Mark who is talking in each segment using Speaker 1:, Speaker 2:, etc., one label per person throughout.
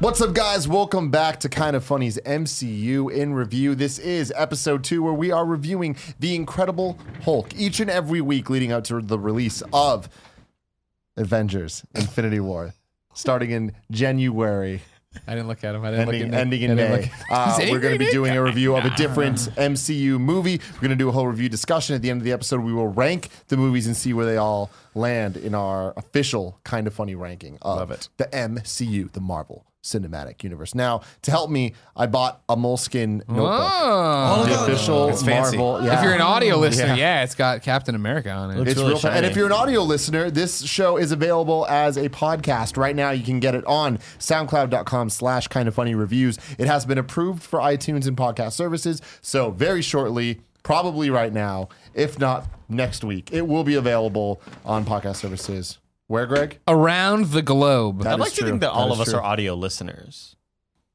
Speaker 1: What's up, guys? Welcome back to Kind of Funny's MCU in Review. This is episode two, where we are reviewing The Incredible Hulk each and every week leading up to the release of Avengers Infinity War, starting in January,
Speaker 2: I didn't look at him. I didn't
Speaker 1: ending,
Speaker 2: look at
Speaker 1: ending
Speaker 2: Nick.
Speaker 1: in
Speaker 2: I didn't
Speaker 1: May.
Speaker 2: look-
Speaker 1: Uh,
Speaker 2: Does
Speaker 1: we're going to
Speaker 2: anybody
Speaker 1: be doing
Speaker 2: think-
Speaker 1: a review of a different MCU movie. We're going to do a whole review discussion at the end of the episode. We will rank the movies and see where they all land in our official kind of funny ranking of
Speaker 2: Love it.
Speaker 1: the MCU, the Marvel Cinematic Universe. Now, to help me, I bought a moleskin notebook.
Speaker 2: Oh,
Speaker 1: The official
Speaker 2: It's fancy.
Speaker 1: Marvel. Yeah.
Speaker 2: If you're an audio listener,
Speaker 1: Yeah.
Speaker 2: yeah. it's got Captain America on it.
Speaker 1: It's
Speaker 3: really
Speaker 1: real time. And
Speaker 3: shiny.
Speaker 1: if you're an audio listener, this show is available as a podcast. Right now, you can get it on soundcloud.com slash kind of funny reviews. It has been approved for iTunes and podcast services. So very shortly, probably right now, if not next week, it will be available on podcast services. Where, Greg?
Speaker 2: Around the globe.
Speaker 1: That
Speaker 3: I'd
Speaker 1: is
Speaker 3: like to
Speaker 1: true.
Speaker 3: think that all
Speaker 1: is
Speaker 3: of us
Speaker 1: true.
Speaker 3: are audio listeners.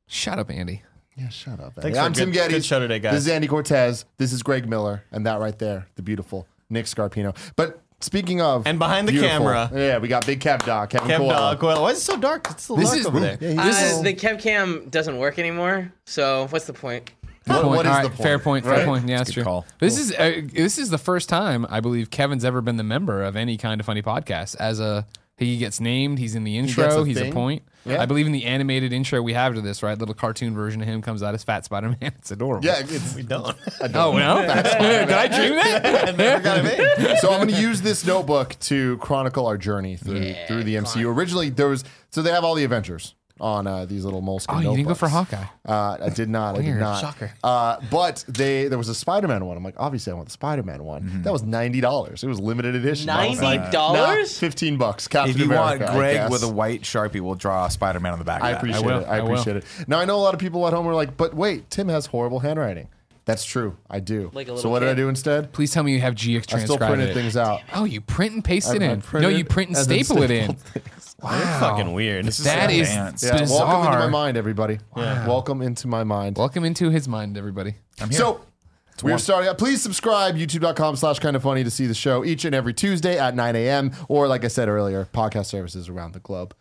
Speaker 2: Shut up, Andy.
Speaker 1: Yeah, shut up. Andy.
Speaker 3: Thanks for
Speaker 1: I'm
Speaker 3: a
Speaker 1: Tim
Speaker 3: good-
Speaker 1: Geddes.
Speaker 3: good show today, guys.
Speaker 1: This is Andy Cortez. This is Greg Miller, and that right there, the beautiful Nick Scarpino. But speaking of,
Speaker 3: And behind the
Speaker 1: beautiful-
Speaker 3: camera.
Speaker 1: yeah, we got Big Kev Dog, Kevin
Speaker 3: Kev
Speaker 1: Coyle.
Speaker 3: Dog, Coil. Why is it so dark? It's so
Speaker 2: This
Speaker 3: dark
Speaker 2: is-
Speaker 3: over there.
Speaker 1: Yeah,
Speaker 2: This
Speaker 4: Uh,
Speaker 2: is-
Speaker 4: the kev cam doesn't work anymore. So what's the point?
Speaker 1: What-
Speaker 2: Point.
Speaker 1: what is
Speaker 2: All right,
Speaker 1: the point?
Speaker 2: Fair point. Fair
Speaker 1: right?
Speaker 2: point. Yeah, that's
Speaker 3: good
Speaker 2: true.
Speaker 3: call.
Speaker 2: This is uh, this is the first time I believe Kevin's ever been the member of any kind of funny podcast. As a he gets named, he's in the
Speaker 1: gets
Speaker 2: intro,
Speaker 1: a
Speaker 2: he's
Speaker 1: thing.
Speaker 2: a point.
Speaker 1: Yeah.
Speaker 2: I believe in the animated intro we have to this, right? Little cartoon version of him comes out as Fat Spider Man. It's adorable.
Speaker 1: Yeah, it's,
Speaker 3: We don't.
Speaker 2: Oh no! Did I dream that?
Speaker 3: I never got it made.
Speaker 1: so I'm going to use this notebook to chronicle our journey through through the MCU. Originally, there was so they have all the Avengers on uh, these little moleskin.
Speaker 2: Oh, you didn't go
Speaker 1: notebooks.
Speaker 2: for Hawkeye.
Speaker 1: Uh, I did not. I did
Speaker 2: Weird.
Speaker 1: not.
Speaker 2: Shocker.
Speaker 1: Uh, but they there was a Spider-Man one. I'm like, obviously, I want the Spider-Man one.
Speaker 2: Mm-hmm.
Speaker 1: That was ninety dollars. It was limited edition. I was like,
Speaker 4: $90?
Speaker 1: nah, Fifteen bucks. Captain
Speaker 5: If you
Speaker 1: America,
Speaker 5: want
Speaker 1: I
Speaker 5: Greg
Speaker 1: guess.
Speaker 5: with a white sharpie, we'll draw Spider Man on the back.
Speaker 1: I
Speaker 5: of that.
Speaker 1: appreciate
Speaker 2: will.
Speaker 1: it. I,
Speaker 2: I will.
Speaker 1: appreciate it. Now I know a lot of people at home are like, but wait, Tim has horrible handwriting. That's true. I do.
Speaker 4: Like a
Speaker 1: so
Speaker 4: little
Speaker 1: what did I
Speaker 4: kid.
Speaker 1: do instead?
Speaker 2: Please tell me you have GX transcribed.
Speaker 1: I still printed
Speaker 2: it.
Speaker 1: things out.
Speaker 2: Oh, you print and paste it
Speaker 1: I- I
Speaker 2: in. No,
Speaker 1: printed
Speaker 2: you print and
Speaker 1: and then
Speaker 2: staple it in.
Speaker 1: stapled
Speaker 2: Wow.
Speaker 3: Fucking weird.
Speaker 5: This is
Speaker 2: That is
Speaker 5: advanced.
Speaker 1: Yeah,
Speaker 2: bizarre.
Speaker 1: welcome into my mind, everybody. Welcome into my mind.
Speaker 2: Welcome into his mind, everybody.
Speaker 1: So we're starting out. Please subscribe, youtube.com slash kind of funny to see the show each and every Tuesday at 9 a.m. Or like I said earlier, podcast services around the globe.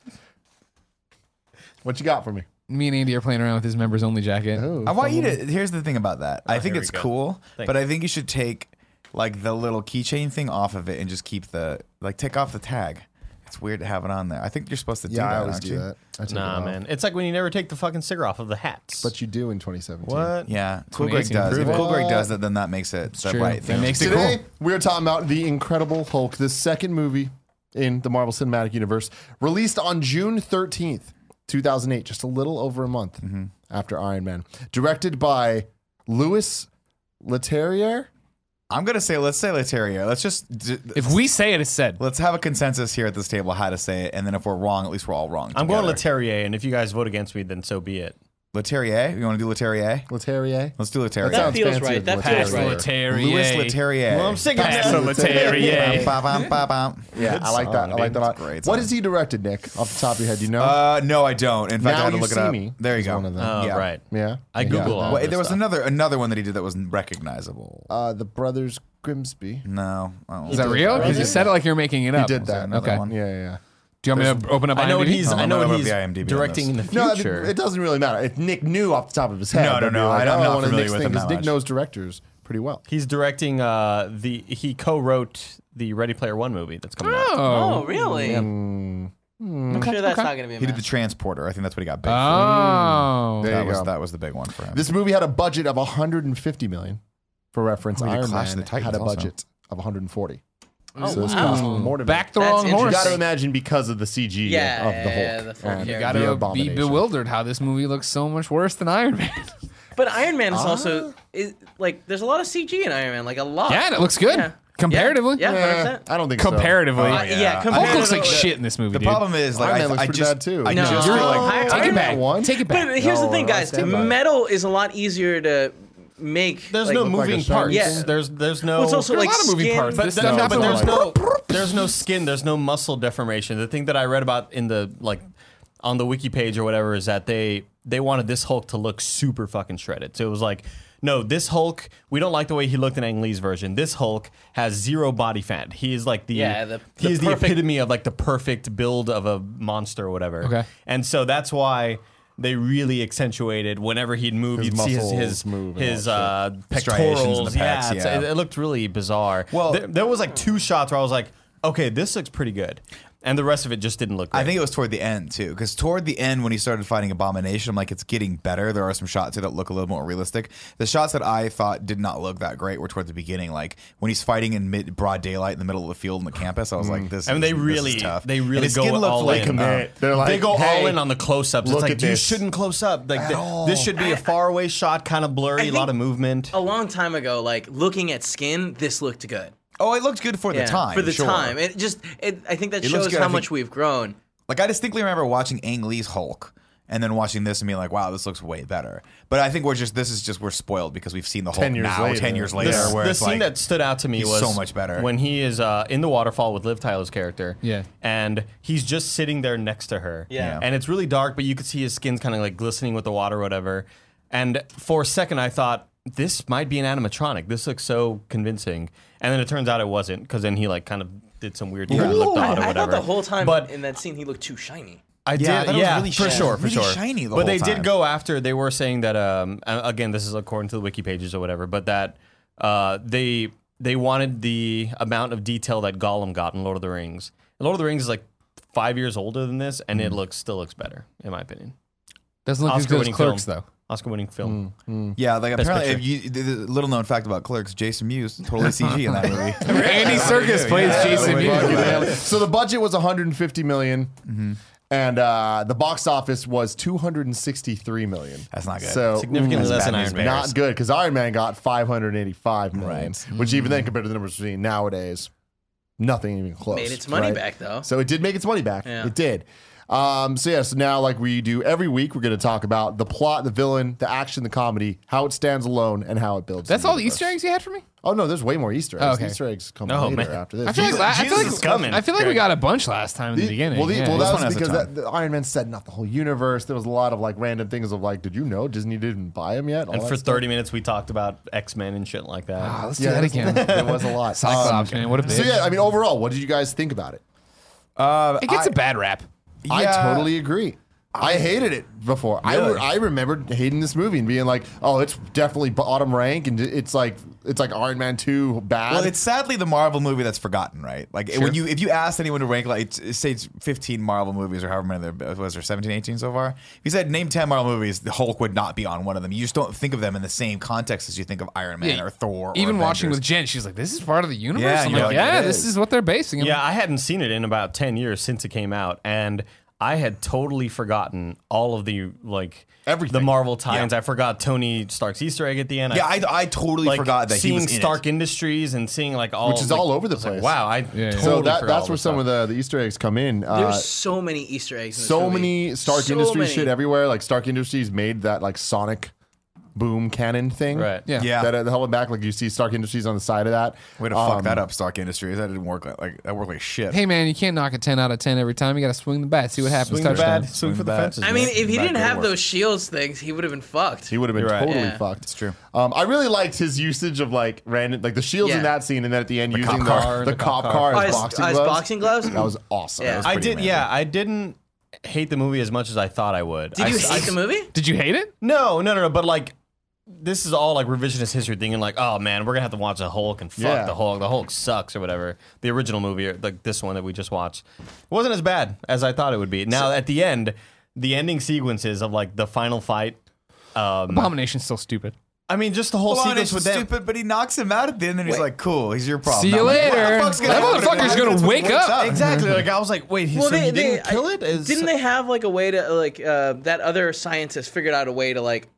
Speaker 1: What you got for me?
Speaker 2: Me and Andy are playing around with his members only jacket.
Speaker 1: Oh.
Speaker 5: I want you to. Here's the thing about that. I think
Speaker 3: here
Speaker 5: it's
Speaker 3: we go.
Speaker 5: cool,
Speaker 3: Thanks.
Speaker 5: but I think you should take like the little keychain thing off of it and just keep the like take off the tag. It's weird to have it on there. I think you're supposed to do that. aren't you?
Speaker 1: I take it
Speaker 3: Nah,
Speaker 1: off.
Speaker 3: man. It's like when you never take the fucking sticker off of the hats.
Speaker 1: But you do in 2017.
Speaker 3: what?
Speaker 5: Yeah, cool Greg
Speaker 2: 2018
Speaker 5: does. If
Speaker 2: approval.
Speaker 5: cool Greg does it, then that makes it the
Speaker 2: true.
Speaker 5: right thing.
Speaker 2: That makes it
Speaker 1: Today,
Speaker 2: cool.
Speaker 1: we're talking about The Incredible Hulk, the second movie in the Marvel Cinematic Universe, released on June 13th, 2008, just a little over a month after Iron Man. Directed by Louis Leterrier.
Speaker 5: I'm gonna say let's say Leteria. Let's just d-
Speaker 2: If we say it, it's said.
Speaker 5: let's have a consensus here at this table how to say it, and then if we're wrong, at least we're all wrong.
Speaker 3: I'm going
Speaker 5: together.
Speaker 3: Leterrier, and if you guys vote against me, then so be it.
Speaker 5: Leterrier. You want to do Leterrier?
Speaker 1: Leterrier.
Speaker 5: Let's do Leterrier.
Speaker 1: That sounds
Speaker 4: feels
Speaker 1: fancier
Speaker 4: right.
Speaker 1: than
Speaker 4: That feels
Speaker 1: Leterrier.
Speaker 4: right.
Speaker 5: Louis Leterrier.
Speaker 3: Well, I'm sick of
Speaker 2: Pass the
Speaker 3: that.
Speaker 2: Leterrier.
Speaker 5: Bum, bum, bum, bum.
Speaker 1: Yeah, I like that. I like that a lot.
Speaker 5: It's great
Speaker 1: What
Speaker 5: song.
Speaker 1: has he directed, Nick? Off the top of your head, you know?
Speaker 5: Uh, no, I don't. In fact,
Speaker 1: Now
Speaker 5: I had to
Speaker 1: You
Speaker 5: look it
Speaker 1: See
Speaker 5: up.
Speaker 1: Me
Speaker 5: there you
Speaker 1: is
Speaker 5: go.
Speaker 1: one of them.
Speaker 3: Oh,
Speaker 5: Yeah.
Speaker 3: right.
Speaker 1: yeah.
Speaker 3: I
Speaker 1: Yeah.
Speaker 3: Google all
Speaker 5: Wait,
Speaker 3: this
Speaker 5: there was
Speaker 3: stuff.
Speaker 5: another another one that he did that was recognizable.
Speaker 1: Uh, the Brothers Grimsby.
Speaker 5: no, I don't
Speaker 2: Is that real? Because you said it like you're making it up.
Speaker 1: He did that.
Speaker 5: another
Speaker 2: Okay.
Speaker 5: one?
Speaker 1: Yeah, yeah, yeah.
Speaker 2: Do you want me to open up?
Speaker 3: I know what
Speaker 2: IMDb?
Speaker 3: he's.
Speaker 5: Oh,
Speaker 3: I
Speaker 5: I'm
Speaker 3: know
Speaker 5: gonna
Speaker 3: what
Speaker 5: open
Speaker 3: he's
Speaker 5: up the IMDb on
Speaker 3: directing in the
Speaker 1: No, it-
Speaker 3: future.
Speaker 1: it doesn't really matter. If Nick knew off the top of his head,
Speaker 5: No, no,
Speaker 1: that'd be
Speaker 5: no,
Speaker 1: Like,
Speaker 5: I- I'm
Speaker 1: oh,
Speaker 5: not
Speaker 1: one of
Speaker 5: familiar
Speaker 1: Nick's
Speaker 5: with
Speaker 1: things
Speaker 5: him
Speaker 1: because
Speaker 5: that
Speaker 1: Nick
Speaker 5: much.
Speaker 1: knows directors pretty well.
Speaker 3: He's directing uh, the. He co-wrote the Ready Player One movie that's coming out.
Speaker 2: Oh. Hmm.
Speaker 4: Oh, really? Hmm. I'm sure that's not gonna be. A
Speaker 5: He did
Speaker 4: mess.
Speaker 5: the transporter. I think that's what he got big. for.
Speaker 2: Oh.
Speaker 1: There
Speaker 5: That
Speaker 1: you
Speaker 5: was
Speaker 1: go.
Speaker 5: that was the big one for him.
Speaker 1: This movie had a budget of 150 million. For reference,
Speaker 5: Oh, we did
Speaker 1: Iron
Speaker 5: Clash of
Speaker 1: Man
Speaker 5: the Titans
Speaker 1: had a
Speaker 5: also.
Speaker 1: budget of 140.
Speaker 4: Oh,
Speaker 1: so this
Speaker 4: wow.
Speaker 1: cost more to
Speaker 2: Back the
Speaker 4: That's
Speaker 2: wrong
Speaker 1: You
Speaker 2: horse.
Speaker 1: got to imagine because of the CG of
Speaker 4: Yeah,
Speaker 1: the Hulk.
Speaker 4: yeah, the full
Speaker 1: and
Speaker 4: You
Speaker 2: You
Speaker 1: the
Speaker 2: gotta be
Speaker 1: abomination.
Speaker 2: bewildered how this movie looks so much worse than Iron Man.
Speaker 4: But Iron Man is
Speaker 2: Ah.
Speaker 4: also is, like there's a lot of CG in Iron Man, like a lot.
Speaker 2: Yeah, and it looks good
Speaker 4: Yeah.
Speaker 2: comparatively.
Speaker 4: Yeah, yeah, 100%.
Speaker 1: I don't think
Speaker 2: comparatively.
Speaker 4: Uh, yeah,
Speaker 5: yeah.
Speaker 4: compared
Speaker 2: Hulk
Speaker 4: to
Speaker 2: looks like
Speaker 4: the-
Speaker 2: shit in this movie.
Speaker 5: The
Speaker 2: dude.
Speaker 5: problem is like
Speaker 1: Iron
Speaker 5: I,
Speaker 1: Man looks
Speaker 5: I
Speaker 1: pretty
Speaker 5: just
Speaker 1: bad, too.
Speaker 5: I
Speaker 4: No.
Speaker 5: just feel
Speaker 4: You're-
Speaker 5: like
Speaker 4: Iron
Speaker 2: Take it
Speaker 4: Man
Speaker 2: back.
Speaker 1: one?
Speaker 2: Take it back.
Speaker 4: But here's the
Speaker 1: No,
Speaker 4: thing,
Speaker 1: I
Speaker 4: guys.
Speaker 1: stand by that.
Speaker 4: Metal is a lot easier to make.
Speaker 3: There's
Speaker 4: like-
Speaker 3: no
Speaker 1: like a
Speaker 3: moving
Speaker 1: shark.
Speaker 3: parts.
Speaker 4: Yeah.
Speaker 3: There's there's no.
Speaker 4: Well, it's also
Speaker 2: There are
Speaker 4: like
Speaker 2: a lot of moving
Speaker 4: skin-
Speaker 2: parts.
Speaker 3: but,
Speaker 2: This
Speaker 3: th-
Speaker 2: stuff
Speaker 3: no, but
Speaker 2: is
Speaker 3: there's
Speaker 2: like-
Speaker 3: no there's no skin. There's no muscle deformation. The thing that I read about in the like on the wiki page or whatever is that they they wanted this Hulk to look super fucking shredded. So it was like, no, this Hulk. We don't like the way he looked in Ang Lee's version. This Hulk has zero body fat. He is like the
Speaker 4: Yeah, the-
Speaker 3: he
Speaker 4: the
Speaker 3: is
Speaker 4: perfect-
Speaker 3: the epitome of like the perfect build of a monster or whatever.
Speaker 2: Okay.
Speaker 3: and so that's why. They really accentuated whenever he'd move,
Speaker 1: His
Speaker 3: you'd see his
Speaker 1: muscles
Speaker 3: his,
Speaker 1: move and
Speaker 3: his
Speaker 1: all
Speaker 3: uh,
Speaker 5: Striations in the
Speaker 3: pectorals.
Speaker 5: pecs,
Speaker 3: yeah, it's-
Speaker 5: yeah.
Speaker 3: it- it looked really bizarre.
Speaker 5: Well-
Speaker 3: Well, there, there was like two shots where I was like, okay, this looks pretty good, and the rest of it just didn't look. Great.
Speaker 5: I think it was toward the end too, because toward the end when he started fighting Abomination, I'm like, it's getting better. There are some shots here that look a little more realistic. The shots that I thought did not look that great were toward the beginning, like when he's fighting in mid broad daylight in the middle of the field in the campus. I was like, this.
Speaker 3: Mm. I mean,
Speaker 5: is,
Speaker 3: they
Speaker 5: this is
Speaker 3: really-
Speaker 5: tough.
Speaker 3: they
Speaker 5: And
Speaker 3: really
Speaker 5: his skin
Speaker 3: go
Speaker 5: looked
Speaker 3: all
Speaker 5: like,
Speaker 3: in.
Speaker 5: uh,
Speaker 1: They're like,
Speaker 3: they go
Speaker 1: hey,
Speaker 3: all in on the close-ups.
Speaker 1: look
Speaker 3: It's
Speaker 1: at
Speaker 3: like you
Speaker 1: this.
Speaker 3: shouldn't close up. Like th-
Speaker 1: all.
Speaker 3: this should be a faraway shot, kind of blurry, a lot of
Speaker 4: think-
Speaker 3: movement.
Speaker 4: a long time ago, like looking at skin, this looked good.
Speaker 5: oh, it looked good for
Speaker 4: Yeah,
Speaker 5: the time.
Speaker 4: for the
Speaker 5: sure.
Speaker 4: time. It just it, I think that
Speaker 5: It looks
Speaker 4: shows
Speaker 5: good,
Speaker 4: how
Speaker 5: I
Speaker 4: much
Speaker 5: think-
Speaker 4: we've grown.
Speaker 5: Like I distinctly remember watching Ang Lee's Hulk and then watching this and being like, wow, this looks way better. But I think we're just this is just we're spoiled because we've seen the Hulk
Speaker 1: years
Speaker 5: now
Speaker 1: later.
Speaker 5: ten years
Speaker 1: The-
Speaker 5: later.
Speaker 3: the,
Speaker 5: where
Speaker 3: the
Speaker 5: it's
Speaker 3: scene
Speaker 5: like,
Speaker 3: that stood out to me
Speaker 5: he's
Speaker 3: was
Speaker 5: so much better.
Speaker 3: when he is uh, in the waterfall with Liv Tyler's character.
Speaker 2: Yeah.
Speaker 3: and he's just sitting there next to her.
Speaker 4: Yeah. Yeah.
Speaker 3: and it's really dark, but you could see his skin's kind of like glistening with the water, or whatever. And for a second, I thought this might be an animatronic. This looks so convincing, and then it turns out it wasn't because then he like kind of did some weird thing and looked odd or
Speaker 4: I, I thought
Speaker 3: whatever.
Speaker 4: the whole time
Speaker 3: but
Speaker 4: in that scene he lolooked too shiny.
Speaker 3: I
Speaker 5: Yeah, I
Speaker 3: did.
Speaker 5: thought it was
Speaker 3: yeah,
Speaker 5: really
Speaker 3: for
Speaker 5: shiny-
Speaker 3: sure, for
Speaker 5: really
Speaker 3: sure.
Speaker 5: shiny the
Speaker 3: but
Speaker 5: whole
Speaker 3: they
Speaker 5: time.
Speaker 3: did go after. They were saying that. Um, uh, again, this is according to the wiki pages or whatever, but that uh, they they wanted the amount of detail that Gollum got in Lord of the Rings. And Lord of the Rings is like five years older than this, and it
Speaker 5: Mm.
Speaker 3: looks still looks better in my opinion.
Speaker 2: doesn't look as good as
Speaker 3: Oscar-winning
Speaker 2: Clerks
Speaker 3: film.
Speaker 2: though.
Speaker 3: Oscar-winning
Speaker 5: Mm.
Speaker 3: film.
Speaker 5: Yeah, like apparently,
Speaker 3: picture.
Speaker 5: if you, the, the little known fact about Clerks, Jason Mewes totally CG in that movie.
Speaker 2: Andy Circus plays Jason
Speaker 1: Fucking
Speaker 2: Mewes.
Speaker 1: hell. so the budget was 150 million, and uh, the box office was 263 million.
Speaker 5: That's not good.
Speaker 1: So
Speaker 3: Significantly less than
Speaker 5: bad
Speaker 3: Iron
Speaker 5: news
Speaker 3: Man.
Speaker 1: not good because Iron Man got 585 million,
Speaker 5: Right.
Speaker 1: which even then compared to the numbers we're seeing nowadays, nothing even close.
Speaker 4: Made its money back, though.
Speaker 1: So it did make its money back.
Speaker 4: Yeah.
Speaker 1: It did. Um, so yeah, so now like we do every week, we're going to talk about the plot, the villain, the action, the comedy, how it stands alone, and how it builds.
Speaker 2: That's
Speaker 1: the
Speaker 2: all the
Speaker 1: universe.
Speaker 2: Easter eggs you had for me.
Speaker 1: Oh no, there's way more Easter eggs.
Speaker 2: Oh, okay.
Speaker 1: Easter eggs come
Speaker 3: Oh,
Speaker 1: later
Speaker 3: man.
Speaker 1: after this.
Speaker 2: I feel like la- I feel
Speaker 3: Jesus
Speaker 2: like
Speaker 3: is coming.
Speaker 2: I feel like we got a bunch last time in the beginning.
Speaker 1: Well, the,
Speaker 2: yeah.
Speaker 1: well
Speaker 5: This
Speaker 1: that
Speaker 5: one
Speaker 1: was
Speaker 5: has a
Speaker 1: because
Speaker 5: ton.
Speaker 1: that, the Iron Man said not the whole universe. There was a lot of like random things of like, did you know Disney didn't buy him yet? All
Speaker 5: Oh,
Speaker 3: And
Speaker 1: that
Speaker 3: for
Speaker 1: stuff.
Speaker 3: 30 minutes, we talked about X Men and shit like that.
Speaker 2: Ah, let's
Speaker 1: yeah,
Speaker 2: do that again.
Speaker 1: There was a lot. Um,
Speaker 2: Cyclops, man. What a bitch.
Speaker 1: so yeah, I mean, overall, what did you guys think about it?
Speaker 2: it gets a bad rap.
Speaker 5: Yeah.
Speaker 1: I totally agree. I hated it before. I
Speaker 5: Really?
Speaker 1: re- I remembered hating this movie and being like, oh, it's definitely bottom rank, and it's like it's like Iron Man two bad.
Speaker 5: Well, it's sadly the Marvel movie that's forgotten, right? Like when you if you asked anyone to rank like it's- say it's 15 Marvel movies or however many there was there 17, 18 so far. If you said name 10 Marvel movies, the Hulk would not be on one of them. You just don't think of them in the same context as you think of Iron Man
Speaker 2: Yeah,
Speaker 5: or Thor. Or
Speaker 2: Even watching
Speaker 5: Avengers.
Speaker 2: with Jen, she's like, "This is part of the universe."
Speaker 5: Yeah,
Speaker 2: I'm
Speaker 5: you're
Speaker 2: like,
Speaker 5: like,
Speaker 2: "Yeah,
Speaker 5: it
Speaker 2: this
Speaker 5: is."
Speaker 2: is what they're basing." it on."
Speaker 3: Yeah, I hadn't seen it in about 10 years since it came out and I had totally forgotten all of the like
Speaker 1: Everything.
Speaker 3: the Marvel tie-ins. I forgot Tony Stark's Easter egg at the end.
Speaker 5: yeah, I, I totally
Speaker 3: like,
Speaker 5: forgot that
Speaker 3: seeing
Speaker 5: he was in
Speaker 3: Stark
Speaker 5: it.
Speaker 3: Industries and seeing like all
Speaker 1: Which is
Speaker 3: like,
Speaker 1: all over the
Speaker 3: I was like,
Speaker 1: place.
Speaker 3: wow, I
Speaker 2: yeah.
Speaker 3: totally
Speaker 1: so that,
Speaker 3: forgot
Speaker 1: that's
Speaker 3: all
Speaker 1: where
Speaker 3: this
Speaker 1: some
Speaker 3: stuff.
Speaker 1: of the, the Easter eggs come in. Uh,
Speaker 4: There's so many Easter eggs. In this
Speaker 1: so
Speaker 4: movie.
Speaker 1: many Stark
Speaker 4: So
Speaker 1: Industries
Speaker 4: many.
Speaker 1: shit everywhere. Like Stark Industries made that like sonic boom cannon thing.
Speaker 3: Right.
Speaker 2: Yeah.
Speaker 5: Yeah.
Speaker 1: That uh, held it back. Like you see Stark Industries on the side of that. Um,
Speaker 5: Way to fuck
Speaker 3: um,
Speaker 5: that up, Stark Industries. That didn't work like, like that worked like shit.
Speaker 2: Hey man, you can't knock a ten out of ten every time. You got to swing the bat, see what happens.
Speaker 3: swing the
Speaker 2: Touchdown.
Speaker 3: bat, swing for the
Speaker 5: Swing the
Speaker 3: fences.
Speaker 5: bat.
Speaker 4: I mean,
Speaker 3: man.
Speaker 4: if he
Speaker 5: Back
Speaker 4: didn't
Speaker 5: door
Speaker 4: have
Speaker 5: work.
Speaker 4: those shields things, he would have been fucked.
Speaker 1: He would have been
Speaker 3: You're right.
Speaker 1: totally
Speaker 4: Yeah.
Speaker 1: fucked.
Speaker 5: It's true.
Speaker 1: Um, I really liked his usage of like random, like the shields
Speaker 4: Yeah.
Speaker 1: in that scene, and then at the end using
Speaker 5: cop
Speaker 1: the,
Speaker 5: car,
Speaker 1: the,
Speaker 3: the
Speaker 1: cop
Speaker 3: cop
Speaker 1: car,
Speaker 3: car.
Speaker 4: Oh,
Speaker 1: as
Speaker 4: his-
Speaker 1: boxing
Speaker 4: oh, his
Speaker 1: gloves.
Speaker 4: boxing gloves?
Speaker 1: That was awesome.
Speaker 4: Yeah.
Speaker 1: That was
Speaker 3: I
Speaker 1: pretty
Speaker 3: did
Speaker 1: amazing.
Speaker 3: yeah, I didn't hate the movie as much as I thought I would.
Speaker 4: Did
Speaker 3: I
Speaker 4: you
Speaker 3: s-
Speaker 4: hate
Speaker 3: I
Speaker 4: the movie?
Speaker 2: Did you hate it?
Speaker 3: No, no, no, no. But like, this is all like revisionist history thinking. Like, oh man, we're gonna have to watch the Hulk and fuck
Speaker 1: Yeah.
Speaker 3: the Hulk. The Hulk sucks or whatever. The original movie, or like this one that we just watched, wasn't as bad as I thought it would be. Now at the end, the ending sequences of like the final fight. Um,
Speaker 2: Abomination's still stupid.
Speaker 3: I mean, just the whole
Speaker 5: Hold on,
Speaker 3: sequence
Speaker 5: it's
Speaker 3: with them.
Speaker 5: stupid, but he knocks him out at the end, and he's like, "Cool, he's your problem."
Speaker 2: See you
Speaker 5: I'm like, Oh, what the
Speaker 2: later.
Speaker 5: fuck's gonna
Speaker 2: That
Speaker 5: happen if
Speaker 2: motherfucker's
Speaker 5: Hulk
Speaker 2: gonna
Speaker 5: gets-
Speaker 2: wake
Speaker 5: wakes
Speaker 2: up.
Speaker 3: Exactly. Like I was like, wait, he, so he didn't
Speaker 4: I-
Speaker 3: kill it? Is-
Speaker 4: didn't they have like a way to like uh, that other scientist figured out a way to like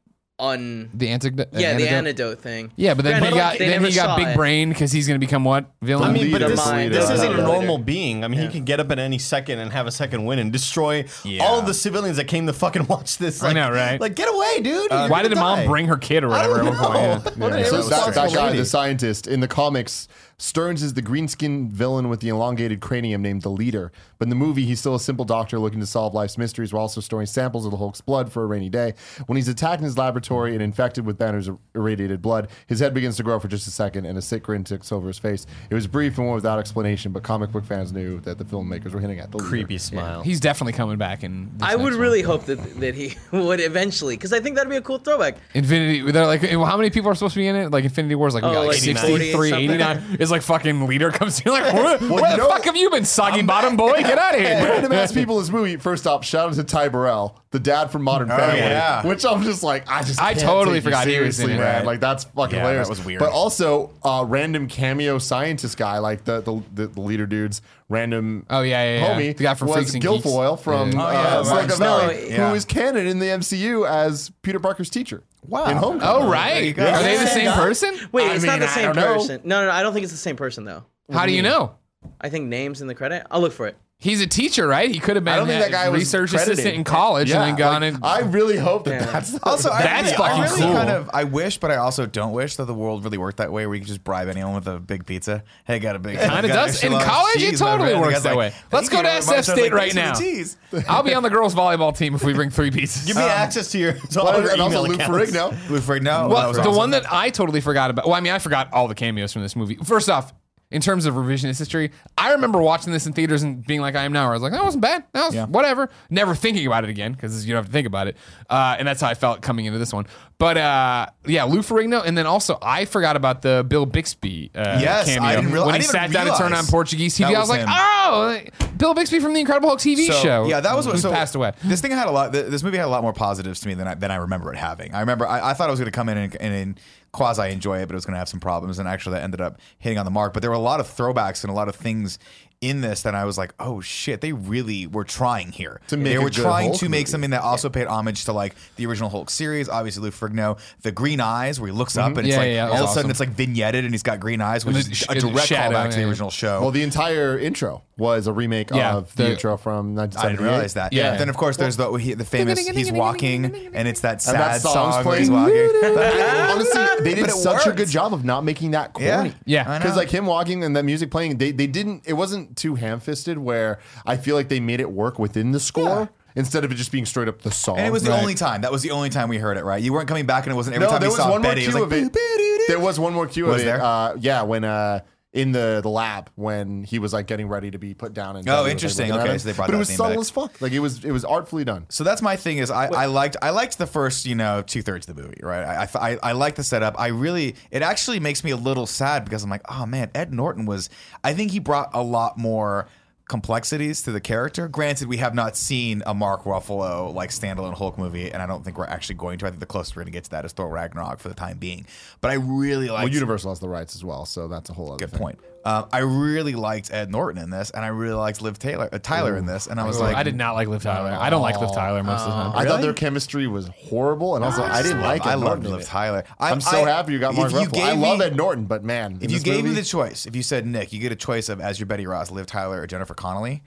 Speaker 4: un
Speaker 2: The antidote.
Speaker 4: yeah the antidote thing.
Speaker 2: Yeah, but then
Speaker 4: Granted,
Speaker 2: he got
Speaker 4: they
Speaker 2: then
Speaker 4: never
Speaker 2: he got
Speaker 4: saw
Speaker 2: big
Speaker 4: it.
Speaker 2: brain because he's gonna become what villain?
Speaker 3: I mean, but
Speaker 1: leader,
Speaker 3: this,
Speaker 1: the leader,
Speaker 3: this
Speaker 1: the
Speaker 3: isn't a
Speaker 4: leader.
Speaker 3: normal being. I mean, he can get up at any second and have a second win and destroy all of the civilians that came to fucking watch this.
Speaker 2: I
Speaker 3: Like,
Speaker 2: know, right?
Speaker 3: Like, get away, dude. You're
Speaker 2: why did the
Speaker 3: Uh, gonna
Speaker 2: mom
Speaker 3: die.
Speaker 2: bring her kid or
Speaker 3: I
Speaker 2: whatever?
Speaker 3: don't
Speaker 2: at one point?
Speaker 3: know.
Speaker 2: Yeah.
Speaker 3: What an
Speaker 2: Yeah.
Speaker 1: So that, that
Speaker 3: irresponsible
Speaker 1: guy,
Speaker 3: lady.
Speaker 1: the scientist in the comics, Stearns is the green skinned villain with the elongated cranium named the Leader. But in the movie, he's still a simple doctor looking to solve life's mysteries while also storing samples of the Hulk's blood for a rainy day. When he's attacked in his laboratory and infected with Banner's ir- irradiated blood, his head begins to grow for just a second and a sick grin ticks over his face. It was brief and went without explanation, but comic book fans knew that the filmmakers were hinting at the
Speaker 3: creepy
Speaker 1: Leader.
Speaker 3: smile.
Speaker 2: He's definitely coming back in. this
Speaker 4: I would
Speaker 2: next one.
Speaker 4: really hope that that he would eventually, because I think that'd be a cool throwback.
Speaker 2: Infinity. They're like, well, how many people are supposed to be in it? Like Infinity Wars, like we
Speaker 4: Oh,
Speaker 2: got like
Speaker 4: like
Speaker 2: 63,
Speaker 4: 40 something.
Speaker 2: 89. It's like fucking leader comes in like, where, where the
Speaker 1: no-
Speaker 2: fuck have you been, soggy bottom boy? Get out of here.
Speaker 1: Random ass people in this movie. First off, shout out to Ty Burrell, the dad from Modern Family,
Speaker 5: yeah.
Speaker 1: which I'm just like, I just
Speaker 2: Oh, I
Speaker 1: can't
Speaker 2: totally
Speaker 1: take you
Speaker 2: forgot he was
Speaker 1: seriously,
Speaker 2: in it,
Speaker 1: man.
Speaker 2: right?
Speaker 1: Like that's fucking
Speaker 5: Yeah, that
Speaker 1: hilarious.
Speaker 5: was weird.
Speaker 1: But also, uh, random cameo scientist guy, like the the, the, the leader dude's random.
Speaker 2: Oh, yeah, yeah, yeah.
Speaker 1: homie.
Speaker 2: The guy from
Speaker 1: was
Speaker 2: Freaks and Geeks.
Speaker 1: Guilfoyle from
Speaker 2: Yeah.
Speaker 5: Oh, yeah,
Speaker 1: uh,
Speaker 5: right.
Speaker 1: Silicon Valley,
Speaker 4: Snowy.
Speaker 5: Yeah.
Speaker 1: who is canon in the MCU as Peter Parker's teacher.
Speaker 5: Wow.
Speaker 1: In Homecoming.
Speaker 2: oh right,
Speaker 5: go.
Speaker 2: are they the same
Speaker 5: Yeah.
Speaker 2: person?
Speaker 4: Wait,
Speaker 2: I
Speaker 4: it's
Speaker 2: mean,
Speaker 4: not the
Speaker 2: I
Speaker 4: same
Speaker 2: don't know.
Speaker 4: person. No, no, no, I don't think it's the same person though.
Speaker 2: How do you know?
Speaker 4: I think names in the credit. I'll look for it.
Speaker 2: He's a teacher, right? He could have been
Speaker 1: I don't think
Speaker 2: a
Speaker 1: that guy was
Speaker 2: research
Speaker 1: credited.
Speaker 2: assistant in college
Speaker 1: Yeah,
Speaker 2: and then gone
Speaker 1: like,
Speaker 2: and
Speaker 1: I really hope that
Speaker 4: Yeah.
Speaker 1: that's
Speaker 5: Also, I
Speaker 2: That's
Speaker 5: really,
Speaker 2: fucking
Speaker 5: I really
Speaker 2: cool.
Speaker 5: kind of I wish, but I also don't wish that the world really worked that way, where you could just bribe anyone with a big pizza. Hey, got a big.
Speaker 2: Kinda
Speaker 5: got an
Speaker 2: does.
Speaker 5: extra
Speaker 2: In
Speaker 5: large
Speaker 2: college, it
Speaker 5: cheese, my
Speaker 2: totally
Speaker 5: friend. The
Speaker 2: works
Speaker 5: guy's
Speaker 2: that way. Let's
Speaker 5: "Thank
Speaker 2: go
Speaker 5: you
Speaker 2: to
Speaker 5: very much." I was
Speaker 2: SF State
Speaker 5: like,
Speaker 2: right
Speaker 5: "Thanks for the
Speaker 2: now."
Speaker 5: cheese."
Speaker 2: I'll be on the girls' volleyball team if we bring three pieces.
Speaker 3: Give me access to your to all
Speaker 1: Well,
Speaker 3: your
Speaker 1: and also
Speaker 3: email
Speaker 1: Luke
Speaker 3: accounts.
Speaker 1: Ferrigno.
Speaker 5: Lou Ferrigno.
Speaker 2: Well,
Speaker 5: that was
Speaker 2: the
Speaker 5: awesome.
Speaker 2: one that I totally forgot about. Well, I mean, I forgot all the cameos from this movie. First off, in terms of revisionist history, I remember watching this in theaters and being like, I am now. Where I was like, that wasn't bad. That was
Speaker 5: Yeah.
Speaker 2: whatever. Never thinking about it again because you don't have to think about it. Uh, and that's how I felt coming into this one. But uh, yeah, Lou Ferrigno. And then also, I forgot about the Bill Bixby uh,
Speaker 5: Yes, I
Speaker 2: cameo.
Speaker 5: didn't real-
Speaker 2: when
Speaker 5: I
Speaker 2: he
Speaker 5: didn't
Speaker 2: sat down and turned on
Speaker 5: realize
Speaker 2: Portuguese TV,
Speaker 5: that
Speaker 2: I was
Speaker 5: was
Speaker 2: like,
Speaker 5: him.
Speaker 2: oh, Bill Bixby from the Incredible Hulk TV
Speaker 5: So,
Speaker 2: show.
Speaker 5: Yeah, that was what
Speaker 2: who
Speaker 5: so
Speaker 2: passed away.
Speaker 5: This thing had a lot. th- This movie had a lot more positives to me than I, than I remember it having. I remember I, I thought I was going to come in and, and, and quasi enjoy it, but it was going to have some problems, and actually that ended up hitting on the mark. But there were a lot of throwbacks and a lot of things in this that I was like, oh shit, they really were trying here.
Speaker 1: To make
Speaker 5: they
Speaker 1: a
Speaker 5: were
Speaker 1: good
Speaker 5: trying
Speaker 1: Hulk
Speaker 5: to make
Speaker 1: movie.
Speaker 5: something that also paid homage to like the original Hulk series. Obviously, Lou Ferrigno, the green eyes, where he looks up and it's
Speaker 2: Mm-hmm. Yeah,
Speaker 5: like
Speaker 2: yeah, that
Speaker 5: all
Speaker 2: was
Speaker 5: of a sudden
Speaker 2: awesome.
Speaker 5: it's like vignetted and he's got green eyes, which
Speaker 2: the
Speaker 5: is
Speaker 2: sh-
Speaker 5: a
Speaker 2: the
Speaker 5: direct
Speaker 2: shadow,
Speaker 5: callback to the
Speaker 2: yeah.
Speaker 5: original show.
Speaker 1: Well, the entire intro was a remake
Speaker 2: Yeah,
Speaker 1: of the,
Speaker 2: the-
Speaker 1: intro from 1978.
Speaker 5: I didn't realize that.
Speaker 2: Yeah.
Speaker 5: Yeah. Then of course there's the he, the famous he's walking and it's that sad
Speaker 1: And that song's
Speaker 5: song where
Speaker 1: playing.
Speaker 5: he's walking.
Speaker 1: Honestly, they did
Speaker 5: But it
Speaker 1: such a
Speaker 5: worked.
Speaker 1: good job of not making that corny.
Speaker 5: Yeah.
Speaker 2: Yeah.
Speaker 5: I know.
Speaker 1: Because like him walking and that music playing, they they didn't. It wasn't too ham-fisted. Where I feel like they made it work within the score instead of it just being straight up the song.
Speaker 5: And it was the
Speaker 1: Right.
Speaker 5: only time. That was the only time we heard it, right? You weren't coming back and it wasn't every
Speaker 1: No,
Speaker 5: time
Speaker 1: there
Speaker 5: you
Speaker 1: was
Speaker 5: saw
Speaker 1: one more
Speaker 5: Betty. it
Speaker 1: cue
Speaker 5: was like,
Speaker 1: of it.
Speaker 5: "Boo-boo-doo-doo."
Speaker 1: There was one more cue
Speaker 5: Was
Speaker 1: of
Speaker 5: there?
Speaker 1: it. Uh, yeah, when uh, in the the lab when he was like getting ready to be put down. And Betty was, like,
Speaker 5: interesting.
Speaker 1: looking at
Speaker 5: Okay,
Speaker 1: him.
Speaker 5: so they brought
Speaker 1: but
Speaker 5: that
Speaker 1: it was
Speaker 5: theme
Speaker 1: subtle
Speaker 5: back.
Speaker 1: as fuck. Like it was it was artfully done.
Speaker 5: So that's my thing is I, I liked I liked the first you know two thirds of the movie right I, I, I- I like the setup I really it actually makes me a little sad because I'm like oh man Ed Norton was I think he brought a lot more complexities to the character granted we have not seen a Mark Ruffalo like standalone Hulk movie and I don't think we're actually going to I think the closest we're going to get to that is Thor Ragnarok for the time being but I really like
Speaker 1: Well, Universal has the rights as well, so that's a whole other
Speaker 5: Good
Speaker 1: thing.
Speaker 5: point um, I really liked Ed Norton in this and I really liked Liv Taylor uh, Tyler in this and I was like
Speaker 2: I did not like Liv Tyler. I don't like Liv Tyler most of the time.
Speaker 1: I thought their chemistry was horrible, and also I didn't
Speaker 5: love-
Speaker 1: like it.
Speaker 5: I loved
Speaker 1: Norton in
Speaker 5: Liv
Speaker 1: it.
Speaker 5: Tyler.
Speaker 1: I'm
Speaker 5: I-
Speaker 1: so
Speaker 5: I-
Speaker 1: happy you got
Speaker 5: if
Speaker 1: Mark
Speaker 5: you
Speaker 1: Ruffalo.
Speaker 5: gave
Speaker 1: I love
Speaker 5: me-
Speaker 1: Ed Norton, but man,
Speaker 5: If you gave me the choice, if you said Nick, you get a choice of as your Betty Ross, Liv Tyler, or Jennifer Connelly.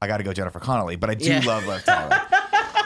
Speaker 5: I got to go Jennifer Connelly, but I do
Speaker 4: Yeah.
Speaker 5: love Liv Tyler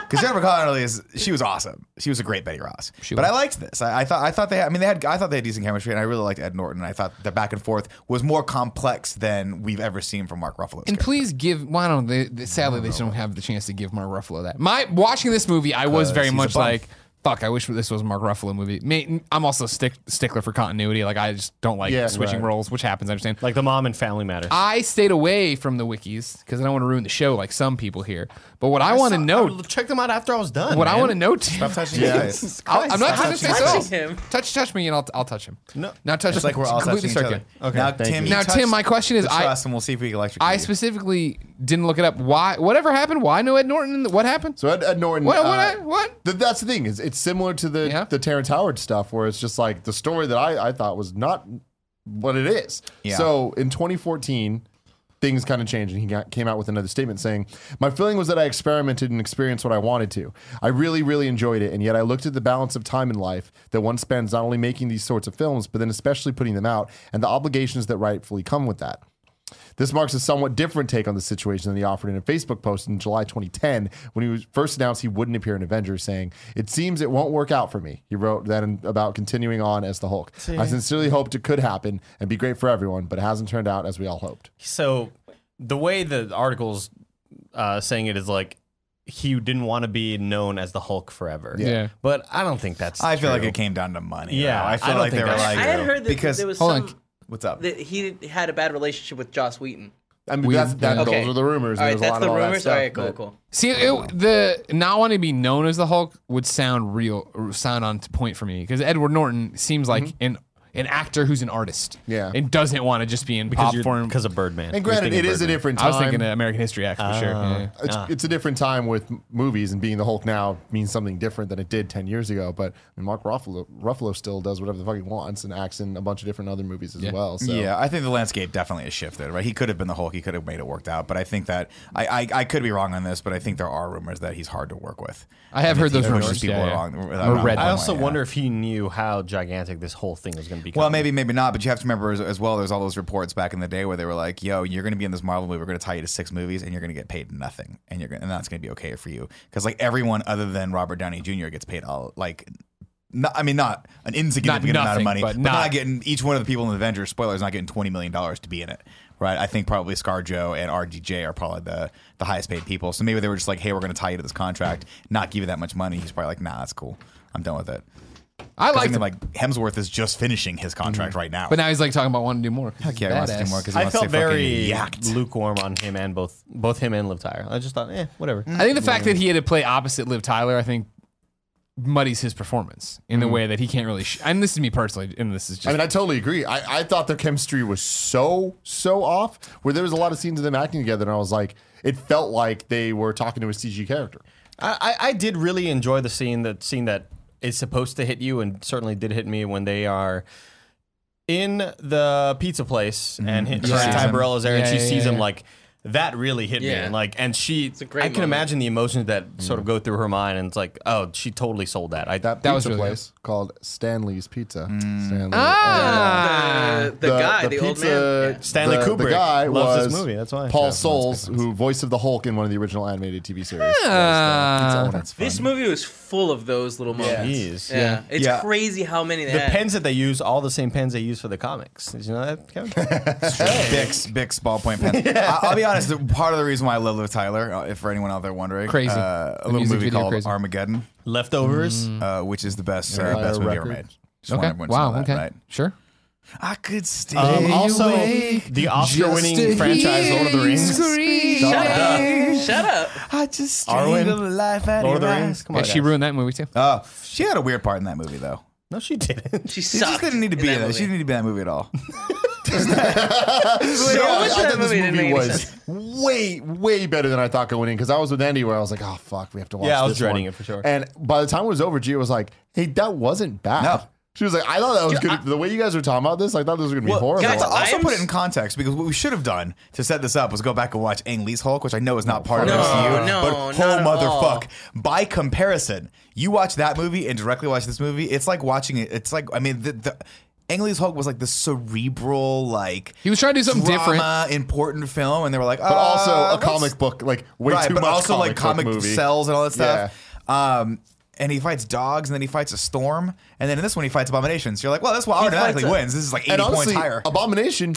Speaker 5: because Jennifer Connelly is she was awesome. She was a great Betty Ross. but I liked this. I, I thought I thought they had, I mean they had I thought they had decent chemistry, and I really liked Ed Norton. And I thought the back and forth was more complex than we've ever seen from Mark Ruffalo.
Speaker 2: And please give. Well, I don't. They, they- sadly, they just don't have the chance to give Mark Ruffalo that. My watching this movie, I was very
Speaker 5: he's a
Speaker 2: much
Speaker 5: bum.
Speaker 2: like, "Fuck! I wish this was a Mark Ruffalo movie." May, I'm also a stick, stickler for continuity. Like, I just don't like
Speaker 1: Yeah,
Speaker 2: switching
Speaker 1: right.
Speaker 2: roles, which happens. I understand.
Speaker 3: Like the mom and Family Matters.
Speaker 2: I stayed away from the wikis because I don't want to ruin the show, like some people here. But what I, want to
Speaker 3: saw-
Speaker 2: know,
Speaker 3: I check them out after I was done.
Speaker 2: what I
Speaker 3: man.
Speaker 2: want to know, Tim,
Speaker 5: touching his face.
Speaker 2: I'll- I'm not touching
Speaker 4: touching
Speaker 2: myself.
Speaker 4: him.
Speaker 2: Touch, touch me, and I'll, I'll touch him.
Speaker 3: No.
Speaker 2: not touch.
Speaker 5: It's like we're all
Speaker 2: completely
Speaker 5: touching each
Speaker 2: circular.
Speaker 5: other. Okay. Now, Tim, you
Speaker 2: Now,
Speaker 5: touched
Speaker 2: Tim, my question is,
Speaker 5: the
Speaker 2: I-
Speaker 5: trust, and we'll see if we can electrocute
Speaker 2: I
Speaker 5: you.
Speaker 2: specifically didn't look it up. Why? Whatever happened? Why no Ed Norton? in the- What happened?
Speaker 1: So Ed, Ed Norton.
Speaker 2: What-
Speaker 1: uh,
Speaker 2: what- what?
Speaker 1: th- that's the thing is it's similar to the
Speaker 2: Yeah.
Speaker 1: the Terrence Howard stuff, where it's just like the story that I I thought was not what it is.
Speaker 5: Yeah.
Speaker 1: So in 2014, things kind of changed, and he got, came out with another statement saying, "My feeling was that I experimented and experienced what I wanted to. I really, really enjoyed it, and yet I looked at the balance of time in life that one spends not only making these sorts of films, but then especially putting them out, and the obligations that rightfully come with that." This marks a somewhat different take on the situation than he offered in a Facebook post in July 2010 when he was first announced he wouldn't appear in Avengers, saying, It seems it won't work out for me. He wrote then about continuing on as the Hulk. I sincerely hoped it could happen and be great for everyone, but it hasn't turned out as we all hoped.
Speaker 3: So the way the article's uh, saying it is like he didn't want to be known as the Hulk forever.
Speaker 2: Yeah. Yeah.
Speaker 3: But I don't think that's.
Speaker 5: I feel like
Speaker 3: true.
Speaker 5: it came down to money.
Speaker 3: Yeah,
Speaker 5: though. I feel
Speaker 3: I don't
Speaker 5: like they
Speaker 3: think
Speaker 5: were
Speaker 3: that's
Speaker 5: like
Speaker 3: true.
Speaker 4: I had heard that
Speaker 5: because
Speaker 4: there was
Speaker 2: hold on.
Speaker 4: some
Speaker 5: what's up?
Speaker 4: that he had a bad relationship with Joss Wheaton.
Speaker 1: I mean,
Speaker 2: We-
Speaker 1: that's, that,
Speaker 2: yeah.
Speaker 4: Okay.
Speaker 1: those are the rumors.
Speaker 4: All
Speaker 1: and
Speaker 4: right,
Speaker 1: there's a
Speaker 4: that's
Speaker 1: lot
Speaker 4: the
Speaker 1: of all that
Speaker 4: rumors.
Speaker 1: stuff,
Speaker 4: all right, cool,
Speaker 1: but-
Speaker 4: cool.
Speaker 2: See, it, the not wanting to be known as the Hulk would sound real, or sound on point for me because Edward Norton seems like an an actor who's an artist,
Speaker 1: Yeah.
Speaker 2: and doesn't want to just be in
Speaker 3: because
Speaker 2: pop
Speaker 3: you're-
Speaker 2: form.
Speaker 3: because of Birdman.
Speaker 1: And
Speaker 3: You're
Speaker 1: granted, it
Speaker 3: thinking
Speaker 1: is a
Speaker 3: Birdman.
Speaker 1: different
Speaker 2: I
Speaker 1: time.
Speaker 2: was thinking of American History X for sure.
Speaker 5: Oh.
Speaker 2: yeah.
Speaker 1: it's, it's a different time with m- movies, and being the Hulk now means something different than it did 10 years ago. But I mean, Mark Ruffalo, Ruffalo still does whatever the fuck he wants and acts in a bunch of different other movies as well. So.
Speaker 5: Yeah,
Speaker 3: um,
Speaker 5: I think the landscape definitely has shifted, right? He could have been the Hulk. He could have made it worked out. But I think that I, I, I could be wrong on this, but I think there are rumors that he's hard to work with.
Speaker 2: I have
Speaker 5: And
Speaker 2: heard
Speaker 5: if he
Speaker 2: those
Speaker 5: pushes
Speaker 2: rumors,
Speaker 5: people
Speaker 2: yeah, yeah.
Speaker 5: along-
Speaker 2: Or read
Speaker 5: around the
Speaker 2: them.
Speaker 3: I
Speaker 5: way,
Speaker 3: also
Speaker 5: yeah.
Speaker 3: wonder if he knew how gigantic this whole thing was going to become.
Speaker 5: Well, maybe, maybe not. But you have to remember as, as well. There's all those reports back in the day where they were like, "Yo, you're going to be in this Marvel movie. We're going to tie you to six movies, and you're going to get paid nothing, and you're gonna, and that's going to be okay for you because like everyone other than Robert Downey Jr. gets paid all like." Not, I mean, not an insignificant amount
Speaker 2: nothing,
Speaker 5: of money,
Speaker 2: but
Speaker 5: but,
Speaker 2: not-
Speaker 5: not, getting each one of the people in the Avengers spoilers not getting twenty million dollars to be in it, right? I think probably ScarJo and RDJ are probably the the highest paid people. So maybe they were just like, "Hey, we're going to tie you to this contract, not give you that much money." He's probably like, "Nah, that's cool. I'm done with it."
Speaker 2: I
Speaker 5: I
Speaker 2: like,
Speaker 5: mean,
Speaker 2: the-
Speaker 5: like Hemsworth is just finishing his contract right now.
Speaker 2: but now he's like talking about wanting to do more. 'cause
Speaker 5: Heck yeah, he
Speaker 2: he's
Speaker 5: wants to do
Speaker 2: badass.
Speaker 5: more 'cause he
Speaker 3: I
Speaker 5: wants to
Speaker 3: felt
Speaker 5: fucking
Speaker 3: very
Speaker 5: yacked.
Speaker 3: lukewarm on him and both both him and Liv Tyler. I just thought, eh, whatever.
Speaker 2: I think the fact that he had to play opposite Liv Tyler, I think, muddies his performance in
Speaker 5: Mm-hmm.
Speaker 2: the way that he can't really. Sh- and this is me personally, and this is just.
Speaker 1: I mean, I totally agree. I, I thought their chemistry was so, so off where there was a lot of scenes of them acting together, and I was like, it felt like they were talking to a CG character.
Speaker 3: I, I I did really enjoy the scene that scene that is supposed to hit you and certainly did hit me when they are in the pizza place and hit,
Speaker 5: Yeah.
Speaker 3: her
Speaker 5: Sees him.
Speaker 3: Tyrell is there and
Speaker 2: Yeah,
Speaker 3: she
Speaker 2: yeah,
Speaker 3: sees
Speaker 2: yeah,
Speaker 3: him
Speaker 2: yeah.
Speaker 3: like that really hit me
Speaker 4: Yeah.
Speaker 3: and like and she
Speaker 4: a great
Speaker 3: I can
Speaker 4: moment.
Speaker 3: imagine the emotions that sort of go through her mind and it's like oh she totally sold that I
Speaker 1: That, pizza
Speaker 2: That was really
Speaker 1: place called Stanley's Pizza. Stanley.
Speaker 2: ah!
Speaker 4: the, the guy, the, old man. Yeah.
Speaker 3: Stanley
Speaker 1: the- The
Speaker 3: Kubrick
Speaker 1: guy
Speaker 3: loves
Speaker 1: was
Speaker 3: this movie, that's why.
Speaker 1: Paul
Speaker 3: That's what it's
Speaker 1: Souls, who voiced of the Hulk in one of the original animated TV series.
Speaker 5: Oh,
Speaker 2: Ah.
Speaker 1: That's
Speaker 4: This movie was full of those little moments.
Speaker 3: Jeez.
Speaker 4: Yeah, it's
Speaker 5: Yeah.
Speaker 4: crazy how many they
Speaker 3: the
Speaker 4: had.
Speaker 3: pens that they use all the same pens they use for the comics did you know that Kevin?
Speaker 5: Bix, Bix ballpoint pen. I, will be honest. the- Part of the reason why I love Liv Tyler, uh, if for anyone out there wondering,
Speaker 2: Crazy.
Speaker 5: uh,
Speaker 2: The
Speaker 5: a little
Speaker 2: music
Speaker 5: movie
Speaker 2: video
Speaker 5: called
Speaker 2: crazy.
Speaker 5: Armageddon,
Speaker 3: leftovers
Speaker 5: uh, which is the best, uh,
Speaker 1: Empire
Speaker 5: best movie ever
Speaker 1: Records.
Speaker 5: made. Just
Speaker 2: okay.
Speaker 5: wanted everyone to
Speaker 2: Wow.
Speaker 5: know that,
Speaker 2: okay.
Speaker 5: right?
Speaker 2: Sure.
Speaker 5: I could stay.
Speaker 3: Um, also,
Speaker 5: awake
Speaker 3: the Oscar-winning
Speaker 5: to
Speaker 3: franchise
Speaker 5: hear
Speaker 3: Lord of the
Speaker 5: you
Speaker 3: Rings.
Speaker 5: scream.
Speaker 4: Shut up! Shut up!
Speaker 5: I just stayed
Speaker 3: Arwen,
Speaker 5: alive at
Speaker 3: Lord of the
Speaker 5: your
Speaker 3: Rings.
Speaker 5: eyes.
Speaker 3: Come
Speaker 2: Yeah,
Speaker 3: on,
Speaker 2: she
Speaker 3: guys.
Speaker 2: ruined that movie too.
Speaker 5: Oh, she had a weird part in that movie, though.
Speaker 3: No, she didn't.
Speaker 4: She
Speaker 5: She
Speaker 4: sucked.
Speaker 5: just didn't need to be in that. She didn't need to be in that movie at all.
Speaker 1: So
Speaker 4: Yeah,
Speaker 1: I,
Speaker 4: that
Speaker 1: thought this
Speaker 4: movie
Speaker 1: movie,
Speaker 4: didn't make any
Speaker 1: was way, way better than I thought going in because I was with Andy where I was like, oh fuck, we have to watch.
Speaker 3: Yeah, I was
Speaker 1: this
Speaker 3: dreading
Speaker 1: one."
Speaker 3: it for sure.
Speaker 1: And by the time it was over, Gia was like, hey, that wasn't bad.
Speaker 5: No.
Speaker 1: She was like, I thought that was good. the way you guys were talking about this, I thought this was gonna be horrible.
Speaker 4: guys,
Speaker 5: Let's
Speaker 4: I
Speaker 5: also
Speaker 4: am
Speaker 5: put
Speaker 4: s-
Speaker 5: it in context because what we should have done to set this up was go back and watch Ang Lee's Hulk, which I know is not part
Speaker 4: No,
Speaker 5: of MCU,
Speaker 4: no,
Speaker 5: but
Speaker 4: not at
Speaker 5: motherfuck. By comparison, you watch that movie and directly watch this movie, it's like watching it. It's like I mean the. the Ang Lee's Hulk was like the cerebral, like
Speaker 2: He was trying to do something
Speaker 5: drama, important film, and they were like,
Speaker 1: but also
Speaker 4: uh,
Speaker 1: a
Speaker 5: book
Speaker 1: comic book, like way
Speaker 5: right,
Speaker 1: too
Speaker 5: but
Speaker 1: much.
Speaker 5: also like comic
Speaker 1: book movie.
Speaker 5: cells and all that stuff. Um, and he fights dogs, and then he fights a storm, and then in this one he fights abominations. You're like, well, this one automatically
Speaker 4: fights a-
Speaker 5: wins. This is like 80
Speaker 1: And honestly,
Speaker 5: points higher.
Speaker 1: Abomination,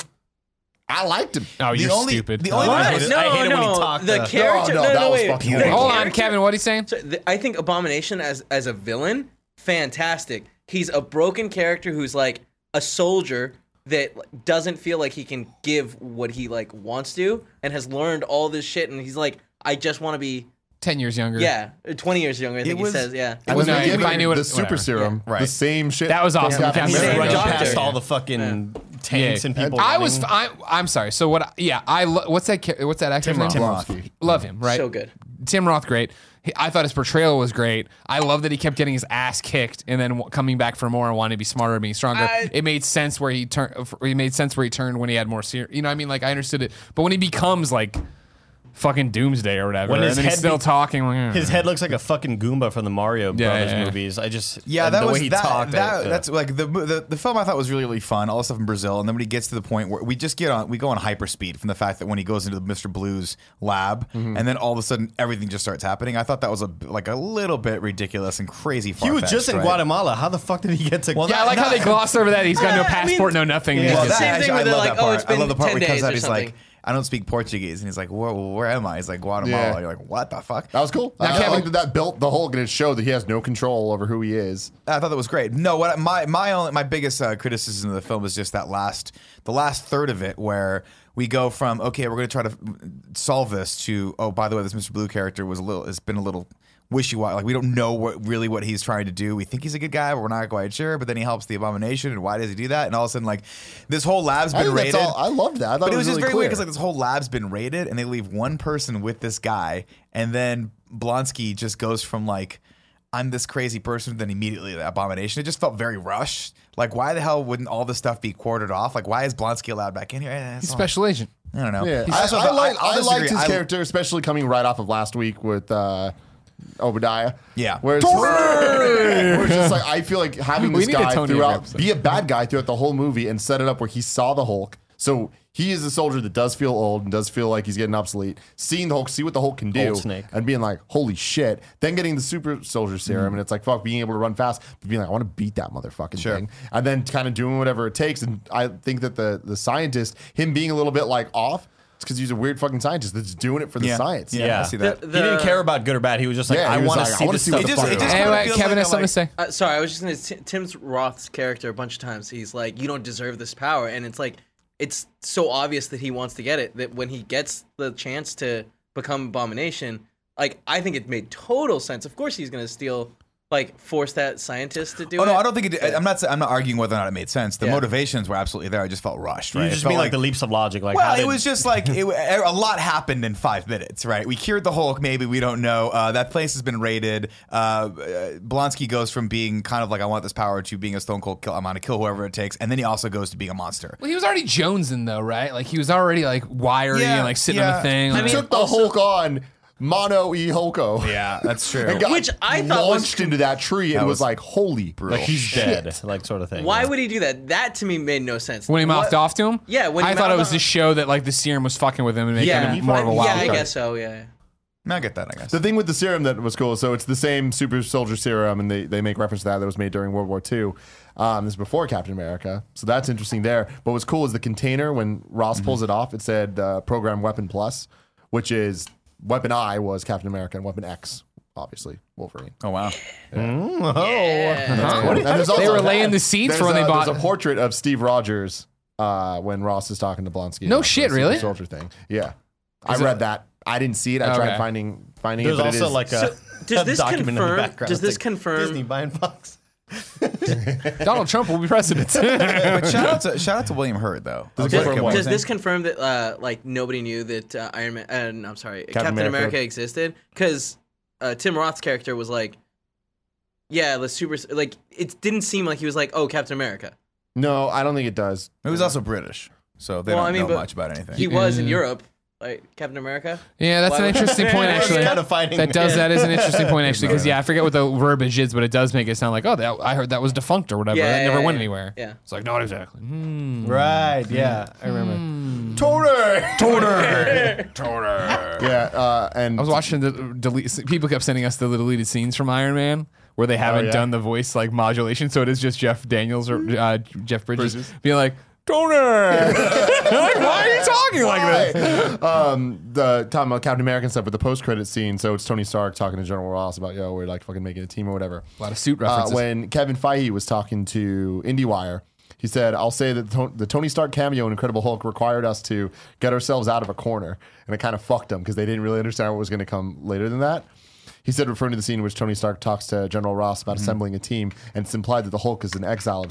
Speaker 1: I liked him.
Speaker 2: Oh,
Speaker 5: The
Speaker 2: you're
Speaker 5: only-
Speaker 2: stupid.
Speaker 5: the only-
Speaker 2: Oh.
Speaker 5: I
Speaker 4: What?
Speaker 5: hate it-
Speaker 4: no,
Speaker 3: I hate it
Speaker 4: no.
Speaker 3: when he talked,
Speaker 4: the
Speaker 3: uh,
Speaker 4: character.
Speaker 1: No,
Speaker 4: No,
Speaker 1: no,
Speaker 4: no,
Speaker 1: that was
Speaker 4: wait.
Speaker 1: fucking
Speaker 4: The
Speaker 1: horrible.
Speaker 2: Hold on,
Speaker 4: character-
Speaker 2: Kevin. What are you saying?
Speaker 4: So th- I think Abomination as as a villain, fantastic. He's a broken character who's like a soldier that doesn't feel like he can give what he like wants to, and has learned all this shit, and he's like, I just want to be
Speaker 2: Ten years younger.
Speaker 4: yeah, twenty years younger. I think
Speaker 5: was-
Speaker 4: he says yeah.
Speaker 1: It was
Speaker 2: no,
Speaker 1: given
Speaker 2: if I knew it-
Speaker 1: the super
Speaker 2: whatever.
Speaker 1: serum,
Speaker 5: Yeah.
Speaker 1: the
Speaker 5: Right.
Speaker 1: same shit.
Speaker 2: That was awesome.
Speaker 1: Captain
Speaker 2: Captain
Speaker 3: He's
Speaker 4: America.
Speaker 3: running
Speaker 4: Yeah.
Speaker 3: past
Speaker 4: Yeah.
Speaker 3: all the fucking tanks and people.
Speaker 2: I was.
Speaker 3: running.
Speaker 2: f- I, am sorry. So what? I- Yeah. I. Lo- what's that? ca- What's that actor's name?
Speaker 5: Roth.
Speaker 2: Love him. Right.
Speaker 4: So good.
Speaker 2: Tim Roth, great. He- I thought his portrayal was great. I love that he kept getting his ass kicked and then w- coming back for more and wanting to be smarter, and being stronger.
Speaker 4: I-
Speaker 2: it made sense where he turned. It made sense where he turned when he had more. Ser- you know, what I mean, like I understood it, but when he becomes like fucking Doomsday or whatever,
Speaker 3: When his
Speaker 2: and then he's
Speaker 3: head
Speaker 2: still
Speaker 3: be-
Speaker 2: talking. like, "Eh."
Speaker 3: His head looks like a fucking Goomba from the Mario
Speaker 2: Yeah,
Speaker 3: Brothers
Speaker 2: yeah, yeah.
Speaker 3: movies. I just
Speaker 5: Yeah,
Speaker 3: and
Speaker 5: that
Speaker 3: the
Speaker 5: was
Speaker 3: way he
Speaker 5: that,
Speaker 3: talked.
Speaker 5: that-
Speaker 3: uh,
Speaker 5: That's like the, the the film I thought was really really fun. All the stuff in Brazil, and then when he gets to the point where we just get on, we go on hyperspeed from the fact that when he goes into the Mr. Blues lab, and then all of a sudden everything just starts happening. I thought that was a like a little bit ridiculous and crazy.
Speaker 3: he was just in
Speaker 5: right?
Speaker 3: Guatemala. How the fuck did he get to?
Speaker 5: Well,
Speaker 2: yeah, I like how they gloss over that. He's got no
Speaker 4: I mean,
Speaker 2: passport, no nothing.
Speaker 4: yeah.
Speaker 2: He's
Speaker 5: Well,
Speaker 2: just-
Speaker 4: Same
Speaker 5: that-
Speaker 4: thing
Speaker 5: actually, I
Speaker 4: with the,
Speaker 5: love
Speaker 4: like,
Speaker 5: that
Speaker 4: oh,
Speaker 5: part.
Speaker 4: it's
Speaker 5: I love
Speaker 4: been
Speaker 5: the part where he
Speaker 4: 10
Speaker 5: comes out.
Speaker 4: days
Speaker 5: He's
Speaker 4: or
Speaker 5: like,
Speaker 4: something.
Speaker 5: I don't speak Portuguese, and he's like, Where, where am I? He's like Guatemala.
Speaker 1: Yeah.
Speaker 5: You're like, what the fuck?
Speaker 1: That was cool.
Speaker 2: Now,
Speaker 1: I, I
Speaker 2: Kevin-
Speaker 1: like that that built the Hulk and it showed that he has no control over who he is.
Speaker 5: I thought that was great. No, what my my only my biggest uh, criticism of the film is just that last the last third of it where we go from okay, we're going to try to mm, solve this to oh, by the way, this Mr. Blue character was a little has been a little wishy washy. Like we don't know what really what he's trying to do. We think he's a good guy, but we're not quite sure. But then he helps the Abomination, and why does he do that? And all of a sudden, like this whole lab's
Speaker 1: I
Speaker 5: been
Speaker 1: think that's
Speaker 5: raided.
Speaker 1: all- I loved that. I thought
Speaker 5: but
Speaker 1: it
Speaker 5: it
Speaker 1: was
Speaker 5: was, just
Speaker 1: really
Speaker 5: very weird
Speaker 1: clear.
Speaker 5: because like this whole lab's been raided, and they leave one person with this guy, and then Blonsky just goes from like. I'm this crazy person, then immediately the abomination. It just felt very rushed. Like, why the hell wouldn't all this stuff be quartered off? Like, why is Blonsky allowed back in here? Eh, it's
Speaker 2: he's
Speaker 5: all-
Speaker 2: special agent.
Speaker 5: I don't know.
Speaker 1: Yeah,
Speaker 5: He's
Speaker 1: I,
Speaker 5: special,
Speaker 1: I,
Speaker 5: but
Speaker 1: like,
Speaker 5: I'll
Speaker 1: I liked
Speaker 5: disagree.
Speaker 1: his
Speaker 5: I-
Speaker 1: character, especially coming right off of last week with uh, Obadiah.
Speaker 5: Yeah.
Speaker 1: where it's where it's just like I feel like having
Speaker 2: We
Speaker 1: this
Speaker 2: need a
Speaker 1: guy
Speaker 2: Tony Abrams
Speaker 1: throughout
Speaker 2: episode.
Speaker 1: be a bad guy throughout the whole movie and set it up where he saw the Hulk. So he is a soldier that does feel old and does feel like he's getting obsolete. Seeing the Hulk, see what the Hulk can do,
Speaker 3: Old snake.
Speaker 1: and being like, "Holy shit!" Then getting the super soldier serum, and it's like, "Fuck," being able to run fast, but being like, "I want to beat that motherfucking thing," and then kind of doing whatever it takes. And I think that the the scientist, him being a little bit like off, it's because he's a weird fucking scientist that's doing it for the
Speaker 5: Yeah.
Speaker 1: science.
Speaker 5: Yeah. I see that.
Speaker 3: he didn't care about good or bad. He was just like,
Speaker 1: Yeah, he
Speaker 3: I
Speaker 1: was
Speaker 3: want
Speaker 1: like,
Speaker 3: to
Speaker 1: I
Speaker 3: see
Speaker 1: wanna
Speaker 3: this
Speaker 1: see what
Speaker 3: stuff.
Speaker 1: the
Speaker 5: It just,
Speaker 1: fuck
Speaker 5: it just
Speaker 1: Hey,
Speaker 5: kinda
Speaker 2: Anyway,
Speaker 5: feels
Speaker 2: Kevin
Speaker 5: like
Speaker 2: has
Speaker 5: a,
Speaker 2: something
Speaker 5: like-
Speaker 2: to say.
Speaker 4: Uh, sorry, I was just gonna. T- Tim's Roth's character a bunch of times he's like, "You don't deserve this power," and it's like, it's so obvious that he wants to get it that when he gets the chance to become Abomination, like I think it made total sense. Of course, he's gonna steal, like, force that scientist to do
Speaker 5: Oh
Speaker 4: it.
Speaker 5: no, I don't think it. I'm not. I'm not arguing whether or not it made sense. The
Speaker 4: Yeah.
Speaker 5: motivations were absolutely there. I just felt rushed. Right?
Speaker 3: You
Speaker 5: It
Speaker 3: just
Speaker 5: felt
Speaker 3: mean like the leaps of logic. Like, how
Speaker 5: Well,
Speaker 3: did-
Speaker 5: it was just like it, er, a lot happened in five minutes, right? We cured the Hulk. Maybe we don't know. Uh, that place has been raided. Uh, Uh, Blonsky goes from being kind of like I want this power to being a Stone Cold Kill. I'm gonna kill whoever it takes, and then he also goes to being a monster.
Speaker 2: Well, he was already jonesing though, right? Like he was already like wiry
Speaker 5: Yeah,
Speaker 2: and like sitting on
Speaker 5: yeah.
Speaker 2: a thing.
Speaker 1: He
Speaker 2: like-
Speaker 1: took the Hulk on mono e Hulko.
Speaker 5: Yeah, that's true.
Speaker 1: And got
Speaker 4: Which I thought was-
Speaker 1: launched into that tree and
Speaker 5: That
Speaker 1: was,
Speaker 5: was
Speaker 1: like, "Holy,
Speaker 3: like he's
Speaker 1: shit.
Speaker 3: dead, like sort of thing.
Speaker 4: Why
Speaker 3: Yeah.
Speaker 4: would he do that? That to me made no sense.
Speaker 2: when he mouthed
Speaker 4: What-
Speaker 2: off to him,
Speaker 4: Yeah, when he
Speaker 2: I thought it
Speaker 4: mouthed
Speaker 2: was
Speaker 4: off-
Speaker 2: to show that like the serum was fucking with him and making
Speaker 4: Yeah,
Speaker 2: him more of a
Speaker 4: yeah,
Speaker 2: wild
Speaker 4: I
Speaker 2: card.
Speaker 4: guess so. Yeah.
Speaker 5: I get that. I guess.
Speaker 1: The thing with the serum that was cool, so it's the same super soldier serum, and they, they make reference to that that was made during World War II. Um, this is before Captain America, so that's interesting there. But what's cool is the container when Ross
Speaker 5: Mm-hmm.
Speaker 1: pulls it off, it said uh, Program Weapon Plus, which is Weapon I was Captain America and Weapon X, obviously Wolverine.
Speaker 5: oh wow.
Speaker 1: Cool. And there's
Speaker 2: They
Speaker 1: also-
Speaker 2: were laying the seeds
Speaker 1: there's
Speaker 2: for when
Speaker 1: a-
Speaker 2: they bought-
Speaker 1: There's a portrait of Steve Rogers uh, when Ross is talking to Blonsky.
Speaker 2: No
Speaker 1: about the
Speaker 2: shit,
Speaker 1: super
Speaker 2: really?
Speaker 1: Soldier thing. Yeah, I read that. I didn't see it. I tried
Speaker 2: Okay.
Speaker 1: finding finding
Speaker 3: There's
Speaker 1: it. But
Speaker 3: also
Speaker 1: it is,
Speaker 3: like a.
Speaker 4: So, does
Speaker 3: a
Speaker 4: this
Speaker 3: document in the
Speaker 4: confirm-
Speaker 3: background.
Speaker 4: does
Speaker 3: It's
Speaker 4: this
Speaker 3: like,
Speaker 4: confirm-
Speaker 3: Disney buying Fox?
Speaker 2: Donald Trump will be president. yeah,
Speaker 5: But shout out to shout out to William Hurt though.
Speaker 1: Does it
Speaker 5: Okay,
Speaker 1: confirm
Speaker 5: okay,
Speaker 1: what?
Speaker 5: what
Speaker 4: Does
Speaker 5: was
Speaker 4: this
Speaker 5: it?
Speaker 4: confirm that uh, like nobody knew that uh, Iron Man? Uh, no, I'm sorry, Captain,
Speaker 1: America.
Speaker 4: America. existed because uh, Tim Roth's character was like, yeah, the super like it didn't seem like he was like, oh, Captain America.
Speaker 1: no, I don't think it does.
Speaker 5: It was also British, so they
Speaker 4: Well,
Speaker 5: don't
Speaker 4: I mean,
Speaker 5: know
Speaker 4: but
Speaker 5: much about anything.
Speaker 4: He was in Europe, like Captain America.
Speaker 2: that's
Speaker 4: Why
Speaker 2: an
Speaker 4: would-
Speaker 2: interesting point actually.
Speaker 3: Kind of finding-
Speaker 2: that does
Speaker 3: Yeah.
Speaker 2: that is an interesting point actually because yeah, I forget what the verbiage is, but it does make it sound like oh that I heard that was defunct or whatever.
Speaker 4: Yeah,
Speaker 2: that
Speaker 4: yeah,
Speaker 2: never
Speaker 4: yeah,
Speaker 2: went
Speaker 4: yeah.
Speaker 2: anywhere.
Speaker 4: Yeah.
Speaker 2: it's like not exactly. Hmm.
Speaker 3: Right. Yeah, I
Speaker 4: Hmm.
Speaker 3: remember.
Speaker 1: Toter.
Speaker 5: Torter.
Speaker 1: Yeah, uh, and
Speaker 2: I was watching the delete. People kept sending us the deleted scenes from Iron Man where they haven't
Speaker 1: Oh, yeah.
Speaker 2: done the voice like modulation, so it is just Jeff Daniels or uh, Jeff Bridges,
Speaker 1: Bridges.
Speaker 2: being like, "Donor, like, why are you talking like this?"
Speaker 1: um, the talking about Captain America and stuff, but the post credit scene. So it's Tony Stark talking to General Ross about yo, we're like fucking making a team or whatever.
Speaker 2: A lot of suit
Speaker 1: Uh,
Speaker 2: references.
Speaker 1: when Kevin Feige was talking to IndieWire, he said, "I'll say that the Ton- the Tony Stark cameo in Incredible Hulk required us to get ourselves out of a corner, and it kind of fucked them because they didn't really understand what was going to come later than that." He said, referring to the scene in which Tony Stark talks to General Ross about assembling a team, and it's implied that the Hulk is an exile of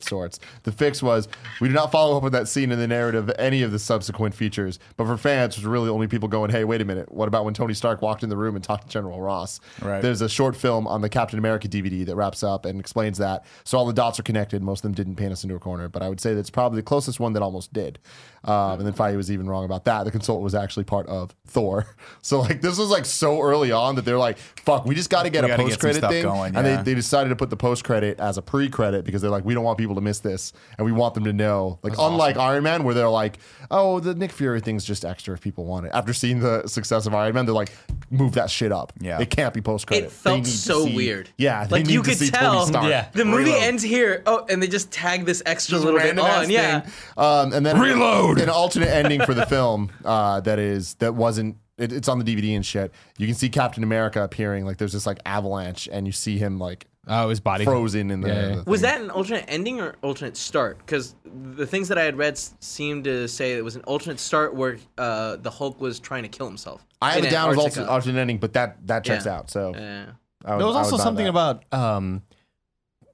Speaker 1: sorts. The fix was we do not follow up with that scene in the narrative of any of the subsequent features. But for fans, it's really the only people going, "Hey, wait a minute! What about when Tony Stark walked in the room and talked to General Ross?"
Speaker 5: Right.
Speaker 1: There's a short film on the Captain America DVD that wraps up and explains that. So all the dots are connected. Most of them didn't paint us into a corner, but I would say that's probably the closest one that almost did. Um, and then Faye was even wrong about that. The consultant was actually part of Thor. So like this was like so early on that they're like, "Fuck, we just got to get
Speaker 5: We
Speaker 1: a
Speaker 5: gotta get some
Speaker 1: post credit
Speaker 5: stuff
Speaker 1: thing,"
Speaker 5: going,
Speaker 1: and
Speaker 5: yeah.
Speaker 1: they, they decided to put the post credit as a pre credit because they're like, we don't want people to miss this, and we want them to know. Like, unlike Iron Man, where they're like, oh, the Nick Fury thing's just extra if people want it. After seeing the success of Iron Man, they're like, move that shit up.
Speaker 5: Yeah.
Speaker 1: it can't be post credit.
Speaker 4: It felt so weird.
Speaker 1: Yeah, they
Speaker 4: like
Speaker 1: need
Speaker 4: you
Speaker 1: to
Speaker 4: could
Speaker 1: see Tony
Speaker 4: tell.
Speaker 1: Stark.
Speaker 3: Yeah.
Speaker 4: The movie
Speaker 1: Reload.
Speaker 4: ends here. Oh, and they just tag this extra little bit
Speaker 1: Random ass
Speaker 4: on. Yeah,
Speaker 1: thing. um, and then
Speaker 2: Reload!
Speaker 1: an alternate ending for the film uh, that is that wasn't. It, it's on the DVD and shit. You can see Captain America appearing. Like there's this like avalanche, and you see him like
Speaker 2: Oh, his body
Speaker 1: frozen in the.
Speaker 2: Yeah, yeah.
Speaker 1: the
Speaker 4: was
Speaker 1: thing.
Speaker 4: that an alternate ending or alternate start? Because the things that I had read s- seemed to say it was an alternate start where uh, the Hulk was trying to kill himself.
Speaker 1: I have
Speaker 4: in
Speaker 1: it down as alternate,
Speaker 4: Antarctica.
Speaker 1: alternate ending, but that that checks
Speaker 4: Yeah.
Speaker 1: out. So
Speaker 4: Yeah.
Speaker 1: I would- I
Speaker 3: There was
Speaker 1: would
Speaker 3: also
Speaker 1: buy
Speaker 3: something
Speaker 1: that.
Speaker 3: about um,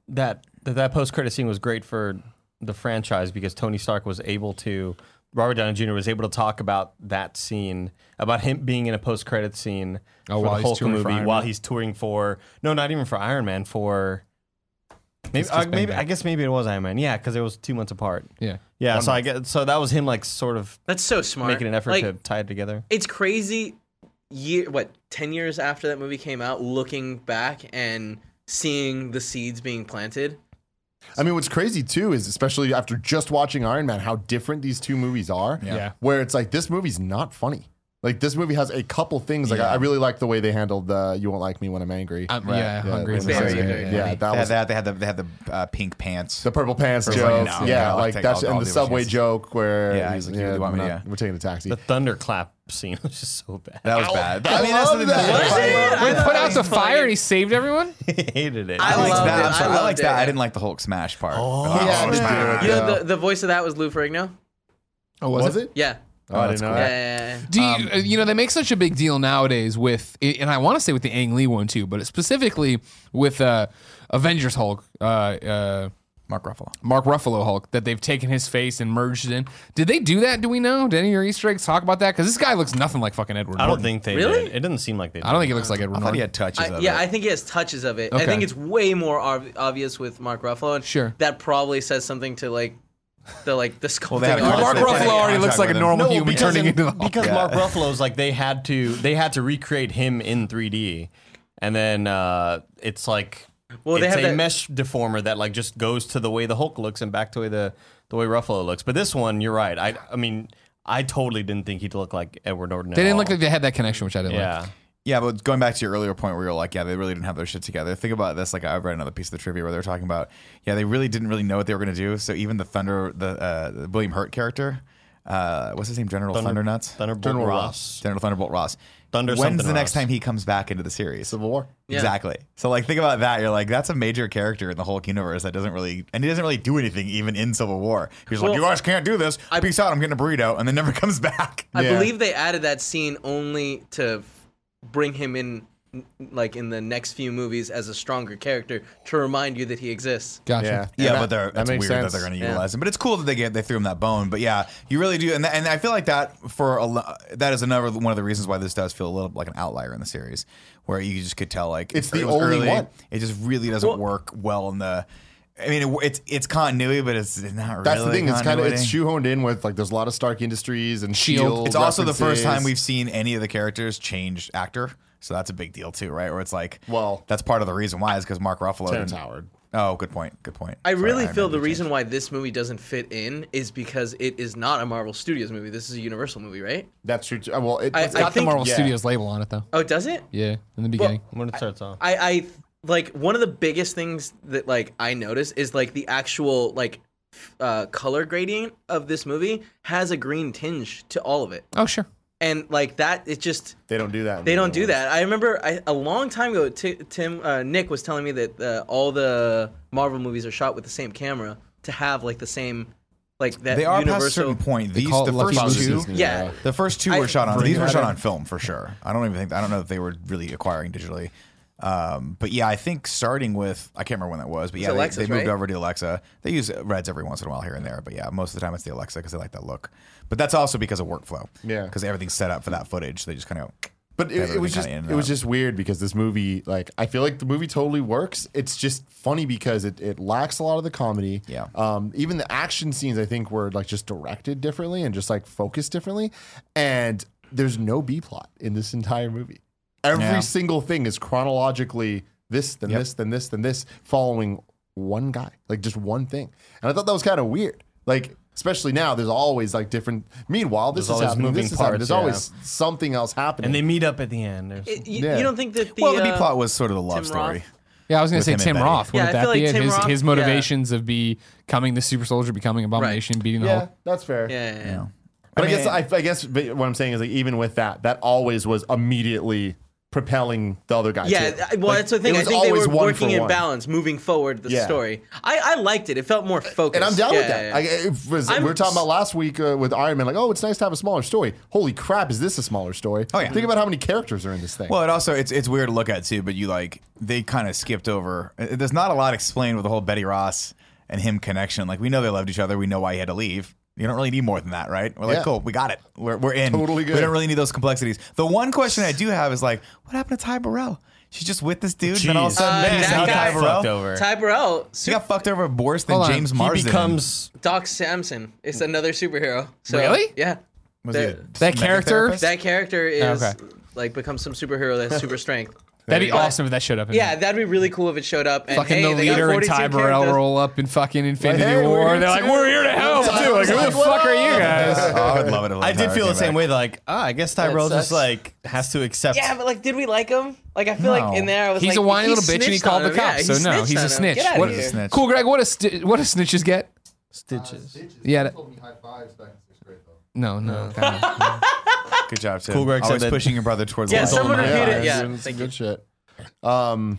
Speaker 3: that that, that post credit scene was great for the franchise because Tony Stark was able to Robert Downey Jr. was able to talk about that scene about him being in a post credit scene
Speaker 2: Oh,
Speaker 3: for
Speaker 2: while
Speaker 3: the
Speaker 2: he's
Speaker 3: Hulk
Speaker 2: touring for
Speaker 3: movie
Speaker 2: Iron
Speaker 3: while
Speaker 2: Man?
Speaker 3: he's touring for no, not even for Iron Man for maybe
Speaker 2: Kiss,
Speaker 3: uh,
Speaker 2: Kiss, Bang,
Speaker 3: maybe
Speaker 2: Bang.
Speaker 3: I guess maybe it was Iron Man yeah because it was two months apart
Speaker 2: Yeah.
Speaker 3: yeah so I guess so that was him like sort of
Speaker 4: That's so smart.
Speaker 3: making an effort
Speaker 4: Like,
Speaker 3: to tie it together
Speaker 4: It's crazy. Year what? Ten years after that movie came out, looking back and seeing the seeds being planted.
Speaker 1: I mean, what's crazy too is especially after just watching Iron Man, how different these two movies are.
Speaker 2: Yeah.
Speaker 1: Where it's like this movie's not funny. Like this movie has a couple things. Like I I really like the way they handled the "You won't like me when I'm angry."
Speaker 5: Um,
Speaker 2: I'm- yeah, hungry
Speaker 1: that-
Speaker 2: is
Speaker 4: very,
Speaker 1: yeah,
Speaker 4: very
Speaker 1: yeah,
Speaker 4: funny.
Speaker 1: that
Speaker 5: They had
Speaker 1: was
Speaker 5: that. They had the, they had the uh, pink pants.
Speaker 1: the purple pants
Speaker 5: Purple
Speaker 1: joke.
Speaker 5: pants, yeah.
Speaker 1: yeah,
Speaker 5: I'll
Speaker 1: like
Speaker 5: take-
Speaker 1: that's
Speaker 5: I'll-
Speaker 1: and
Speaker 5: I'll
Speaker 1: the
Speaker 5: do it,
Speaker 1: subway
Speaker 5: yes.
Speaker 1: job joke where
Speaker 5: Yeah, he's like, you really want me
Speaker 1: we're,
Speaker 5: to-
Speaker 1: not- we're taking a taxi.
Speaker 3: the thunderclap scene was just so bad
Speaker 5: that was bad.
Speaker 1: I love that. Was
Speaker 5: I
Speaker 2: Wait, put out the fire and he saved everyone?
Speaker 3: I hated it
Speaker 4: I
Speaker 5: liked
Speaker 4: loved
Speaker 5: that.
Speaker 4: it.
Speaker 5: I'm sorry.
Speaker 4: I
Speaker 5: I,
Speaker 4: loved
Speaker 5: liked that.
Speaker 4: it.
Speaker 5: I didn't like the Hulk smash part. Oh,
Speaker 1: yeah, dude.
Speaker 4: You know, the, the voice of that was Lou Ferrigno.
Speaker 1: Oh, was, it? Um,
Speaker 4: Yeah.
Speaker 1: Oh, I didn't know
Speaker 4: Yeah,
Speaker 1: that.
Speaker 4: yeah, yeah.
Speaker 2: Do you, uh, you know they make such a big deal nowadays with, and I want to say with the Ang Lee one too, but specifically with uh, Avengers Hulk, uh, uh,
Speaker 5: Mark Ruffalo.
Speaker 2: Mark Ruffalo Hulk, that they've taken his face and merged it in. Did they do that? Do we know? Did any of your Easter eggs talk about that? Because this guy looks nothing like fucking Edward.
Speaker 3: I don't
Speaker 2: Norton.
Speaker 3: think they
Speaker 4: Really?
Speaker 3: did. It didn't seem like they did.
Speaker 2: I don't think he looks like Edward.
Speaker 5: I thought
Speaker 2: Norton.
Speaker 5: he had touches
Speaker 4: I,
Speaker 5: of
Speaker 4: yeah,
Speaker 5: it.
Speaker 4: I think he has touches of it.
Speaker 2: Okay.
Speaker 4: I think it's way more ob- obvious with Mark Ruffalo, and
Speaker 2: Sure.
Speaker 4: that probably says something to like the like the sculpting.
Speaker 5: they had a
Speaker 4: of it.
Speaker 2: Mark
Speaker 5: They had
Speaker 2: Ruffalo already
Speaker 5: contact
Speaker 2: looks like a
Speaker 5: with him.
Speaker 2: normal
Speaker 3: well,
Speaker 2: human turning
Speaker 3: in-
Speaker 2: into the Hulk.
Speaker 3: because Mark Ruffalo's like they had to they had to recreate him in 3D, and then uh, it's like
Speaker 4: Well,
Speaker 3: it's
Speaker 4: they have
Speaker 3: a
Speaker 4: that-
Speaker 3: mesh deformer that like just goes to the way the Hulk looks and back to the way the the way Ruffalo looks. But this one, you're right. I I mean, I totally didn't think he'd look like Edward Norton.
Speaker 2: they didn't look like they had that connection, which I didn't like.
Speaker 3: yeah.
Speaker 5: Yeah, but going back to your earlier point where you're like, yeah, they really didn't have their shit together. Think about this. Like, I read another piece of the trivia where they're talking about, yeah, they really didn't really know what they were going to do. So even the Thunder, the, uh, the William Hurt character, uh, what's his name? General Thundernuts?
Speaker 3: Thunderbolt
Speaker 5: General
Speaker 3: Ross.
Speaker 5: General Thunderbolt Ross.
Speaker 3: Thunder
Speaker 5: When's
Speaker 3: something
Speaker 5: the next
Speaker 3: Ross.
Speaker 5: time he comes back into the series?
Speaker 1: Civil War.
Speaker 5: Exactly. So like think about that. You're like, that's a major character in the Hulk universe that doesn't really and he doesn't really do anything even in Civil War. He's like,
Speaker 4: Well,
Speaker 5: You guys can't do this. Peace out, I'm getting a burrito, and then never comes back.
Speaker 4: I
Speaker 1: Yeah.
Speaker 4: believe they added that scene only to f- bring him in, n- like in the next few movies as a stronger character to remind you that he exists.
Speaker 2: Gotcha.
Speaker 1: Yeah,
Speaker 5: Yeah,
Speaker 1: And
Speaker 5: but they're,
Speaker 1: that-
Speaker 5: that's
Speaker 1: that
Speaker 5: weird
Speaker 1: makes
Speaker 5: that
Speaker 1: sense.
Speaker 5: they're going to
Speaker 4: Yeah.
Speaker 5: utilize him. But it's cool that they get they threw him that bone. But yeah, you really do, and that, and I feel like that for a, lo- that is another one of the reasons why this does feel a little like an outlier in the series, where you just could tell like
Speaker 1: It's
Speaker 5: it
Speaker 1: the
Speaker 5: was
Speaker 1: only one.
Speaker 5: It just really doesn't work well in the. I mean, it, it's it's continuity, but it's not
Speaker 1: That's
Speaker 5: really.
Speaker 1: the thing. It's kind of
Speaker 5: continuity.
Speaker 1: it's shoehorned in with like there's a lot of Stark Industries and
Speaker 2: Shield.
Speaker 1: Shield.
Speaker 5: E It's also the first
Speaker 1: E references.
Speaker 5: time we've seen any of the characters change actor, so that's a big deal too, right? Where it's like,
Speaker 1: Well-
Speaker 5: that's part of the reason why is because Mark Ruffalo.
Speaker 1: Terrence
Speaker 5: didn't-
Speaker 1: Howard.
Speaker 5: Oh, good point. Good point.
Speaker 4: I
Speaker 5: Sorry,
Speaker 4: really feel
Speaker 5: remember
Speaker 4: the
Speaker 5: you
Speaker 4: reason
Speaker 5: changed.
Speaker 4: why this movie doesn't fit in is because it is not a Marvel Studios movie. This is a Universal movie, right?
Speaker 1: That's true. too. Uh, Well, it,
Speaker 4: I-
Speaker 1: it's
Speaker 4: I
Speaker 1: got
Speaker 2: Got the
Speaker 4: think-
Speaker 2: Marvel
Speaker 1: yeah.
Speaker 2: Studios label on it though.
Speaker 4: Oh, does it?
Speaker 2: Yeah, in the beginning.
Speaker 3: When it starts off.
Speaker 4: I, I like one of the biggest things that like I notice is like the actual like f- uh, color gradient of this movie has a green tinge to all of it,
Speaker 2: oh sure.
Speaker 4: and like that, it just
Speaker 1: They don't do that. in
Speaker 4: they
Speaker 1: the
Speaker 4: don't
Speaker 1: other
Speaker 4: do
Speaker 1: ones.
Speaker 4: that. I remember I, a long time ago, Ti Tim uh, Nick was telling me that uh, all the Marvel movies are shot with the same camera to have like the same like that.
Speaker 5: They are past a
Speaker 4: universal...
Speaker 5: certain point. These
Speaker 2: call it
Speaker 5: the
Speaker 2: Lucky
Speaker 5: first
Speaker 2: Losers.
Speaker 5: two.
Speaker 4: Yeah,
Speaker 5: The first two were
Speaker 4: I-
Speaker 5: shot on.
Speaker 1: Bring
Speaker 5: These were
Speaker 1: that
Speaker 5: shot
Speaker 1: in.
Speaker 5: on film for sure. I don't even think. I don't know if they were really acquiring digitally. Um, but yeah, I think starting with I can't remember when that was, but yeah, they-
Speaker 4: Alexis,
Speaker 5: they, moved
Speaker 4: right?
Speaker 5: over to Alexa. They use Reds every once in a while here and there, but yeah, most of the time it's the Alexa because they like that look. But that's also because of workflow.
Speaker 1: Yeah.
Speaker 5: because everything's set up for that footage. They just kind of.
Speaker 1: But it, it was just it was just weird because this movie, like, I feel like the movie totally works. It's just funny because it, it lacks a lot of the comedy.
Speaker 5: Yeah.
Speaker 1: Um, even the action scenes, I think, were like just directed differently and just like focused differently. And there's no B plot in this entire movie. Every
Speaker 5: Yeah.
Speaker 1: single thing is chronologically this, then
Speaker 5: Yep.
Speaker 1: this, then this, then this, following one guy, like just one thing. And I thought that was kind of weird. Like, especially now, there's always like different. Meanwhile, this
Speaker 3: There's
Speaker 1: is
Speaker 3: always
Speaker 1: happening.
Speaker 3: moving
Speaker 1: This is happening.
Speaker 3: parts,
Speaker 1: There's
Speaker 3: yeah.
Speaker 1: always something else happening.
Speaker 3: and they meet up at the end. There's-
Speaker 4: It- you,
Speaker 1: Yeah.
Speaker 4: you don't think that the
Speaker 5: well, the
Speaker 4: uh,
Speaker 5: B plot was sort of the love
Speaker 4: Tim
Speaker 5: story.
Speaker 4: Roth?
Speaker 2: Yeah, I was gonna
Speaker 5: With
Speaker 2: say
Speaker 5: him and
Speaker 2: Tim
Speaker 5: Betty.
Speaker 2: Roth. Wouldn't
Speaker 4: Yeah, I
Speaker 2: that
Speaker 4: feel
Speaker 2: be
Speaker 4: like
Speaker 2: it?
Speaker 4: Tim
Speaker 2: His,
Speaker 4: Roth-
Speaker 2: his motivations of becoming the super soldier, becoming abomination, beating the
Speaker 1: yeah,
Speaker 2: Hulk.
Speaker 1: that's fair.
Speaker 4: yeah, yeah, yeah.
Speaker 1: But I,
Speaker 5: mean,
Speaker 1: guess I, I guess but what I'm saying is like even with that, that always was immediately propelling the other guy.
Speaker 4: Yeah,
Speaker 1: too.
Speaker 4: I- well,
Speaker 1: Like,
Speaker 4: that's the thing.
Speaker 1: it
Speaker 4: I
Speaker 1: was
Speaker 4: think they
Speaker 1: always
Speaker 4: were
Speaker 1: one
Speaker 4: working
Speaker 1: for
Speaker 4: in
Speaker 1: one.
Speaker 4: balance, moving forward the
Speaker 1: Yeah.
Speaker 4: story. I, I liked it. It felt more focused.
Speaker 1: And I'm down
Speaker 4: Yeah,
Speaker 1: with that.
Speaker 4: yeah,
Speaker 1: I,
Speaker 4: yeah.
Speaker 1: it was, we
Speaker 4: I'm-
Speaker 1: were talking about last week uh, with Iron Man, like, oh, it's nice to have a smaller story. Holy crap, is this a smaller story?
Speaker 5: Oh, yeah.
Speaker 1: Think about how many characters are in this thing.
Speaker 5: Well, it also it's it's weird to look at too, but you like they kind of skipped over. uh, There's not a lot explained with the whole Betty Ross and him connection. Like we know they loved each other. We know why he had to leave. You don't really need more than that, right? We're like,
Speaker 1: Yeah.
Speaker 5: cool, we got it. We're, we're in.
Speaker 1: Totally good.
Speaker 5: We don't really need those complexities. The one question I do have is like, what happened to Ty Burrell? She's just with this dude, and then all of a
Speaker 3: Jeez.
Speaker 5: sudden,
Speaker 4: Uh,
Speaker 5: man,
Speaker 4: that
Speaker 5: now
Speaker 4: guy-
Speaker 5: Ty
Speaker 3: fucked
Speaker 5: Burrell.
Speaker 3: over.
Speaker 4: Ty Burrell,
Speaker 5: She
Speaker 4: su-
Speaker 5: got fucked over worse than
Speaker 2: Hold on.
Speaker 5: James
Speaker 2: He
Speaker 5: Marsden.
Speaker 3: he becomes
Speaker 4: Doc Samson is another superhero. So,
Speaker 2: Really?
Speaker 4: Yeah.
Speaker 5: Was
Speaker 4: the-
Speaker 5: he a
Speaker 2: That character-
Speaker 5: megatherapist?
Speaker 4: That character is
Speaker 2: Okay.
Speaker 4: like becomes some superhero that has super strength.
Speaker 2: That'd be awesome if that showed up. In
Speaker 4: Yeah, that'd be really cool if it showed up. And
Speaker 2: fucking
Speaker 4: hey,
Speaker 2: the
Speaker 4: they got
Speaker 2: leader and
Speaker 4: 42
Speaker 2: Ty Burrell
Speaker 4: characters.
Speaker 2: roll up in fucking Infinity
Speaker 1: hey, we're
Speaker 2: War.
Speaker 1: here
Speaker 2: They're like,
Speaker 1: too.
Speaker 2: we're here to help
Speaker 1: Ty
Speaker 2: too. Like, who the
Speaker 1: Burrell's
Speaker 2: fuck are you
Speaker 1: like,
Speaker 2: guys?
Speaker 5: Oh, I would love it. if
Speaker 3: I
Speaker 5: Tyler
Speaker 3: did feel the
Speaker 5: came
Speaker 3: same
Speaker 5: back.
Speaker 3: way. Like, ah, I guess Tyrell just
Speaker 4: sucks.
Speaker 3: like has to accept.
Speaker 4: Yeah, but like, did we like him? Like, I feel
Speaker 5: No.
Speaker 4: like in there, I was
Speaker 2: He's
Speaker 4: like,
Speaker 2: a whiny
Speaker 4: he
Speaker 2: little bitch, and he
Speaker 4: snitched
Speaker 2: called
Speaker 4: on
Speaker 2: the
Speaker 4: him. Yeah,
Speaker 2: cops.
Speaker 4: he
Speaker 2: so no,
Speaker 4: snitched
Speaker 2: he's
Speaker 4: on
Speaker 2: a
Speaker 4: him.
Speaker 2: snitch.
Speaker 4: Get outta
Speaker 2: What,
Speaker 4: here.
Speaker 5: a snitch.
Speaker 2: Cool, Greg. What a sti- what do snitches get?
Speaker 3: Stitches.
Speaker 2: Yeah. that- No, no. that one.
Speaker 5: Good job, Tim.
Speaker 3: Cool, Greg said
Speaker 5: Always
Speaker 3: that-
Speaker 5: pushing your brother towards
Speaker 4: Yeah,
Speaker 5: the light.
Speaker 4: someone
Speaker 3: Goldeneye.
Speaker 4: repeat
Speaker 1: yeah,
Speaker 4: it. Yeah,
Speaker 1: doing some
Speaker 4: thank
Speaker 1: good
Speaker 4: you.
Speaker 1: shit. Um,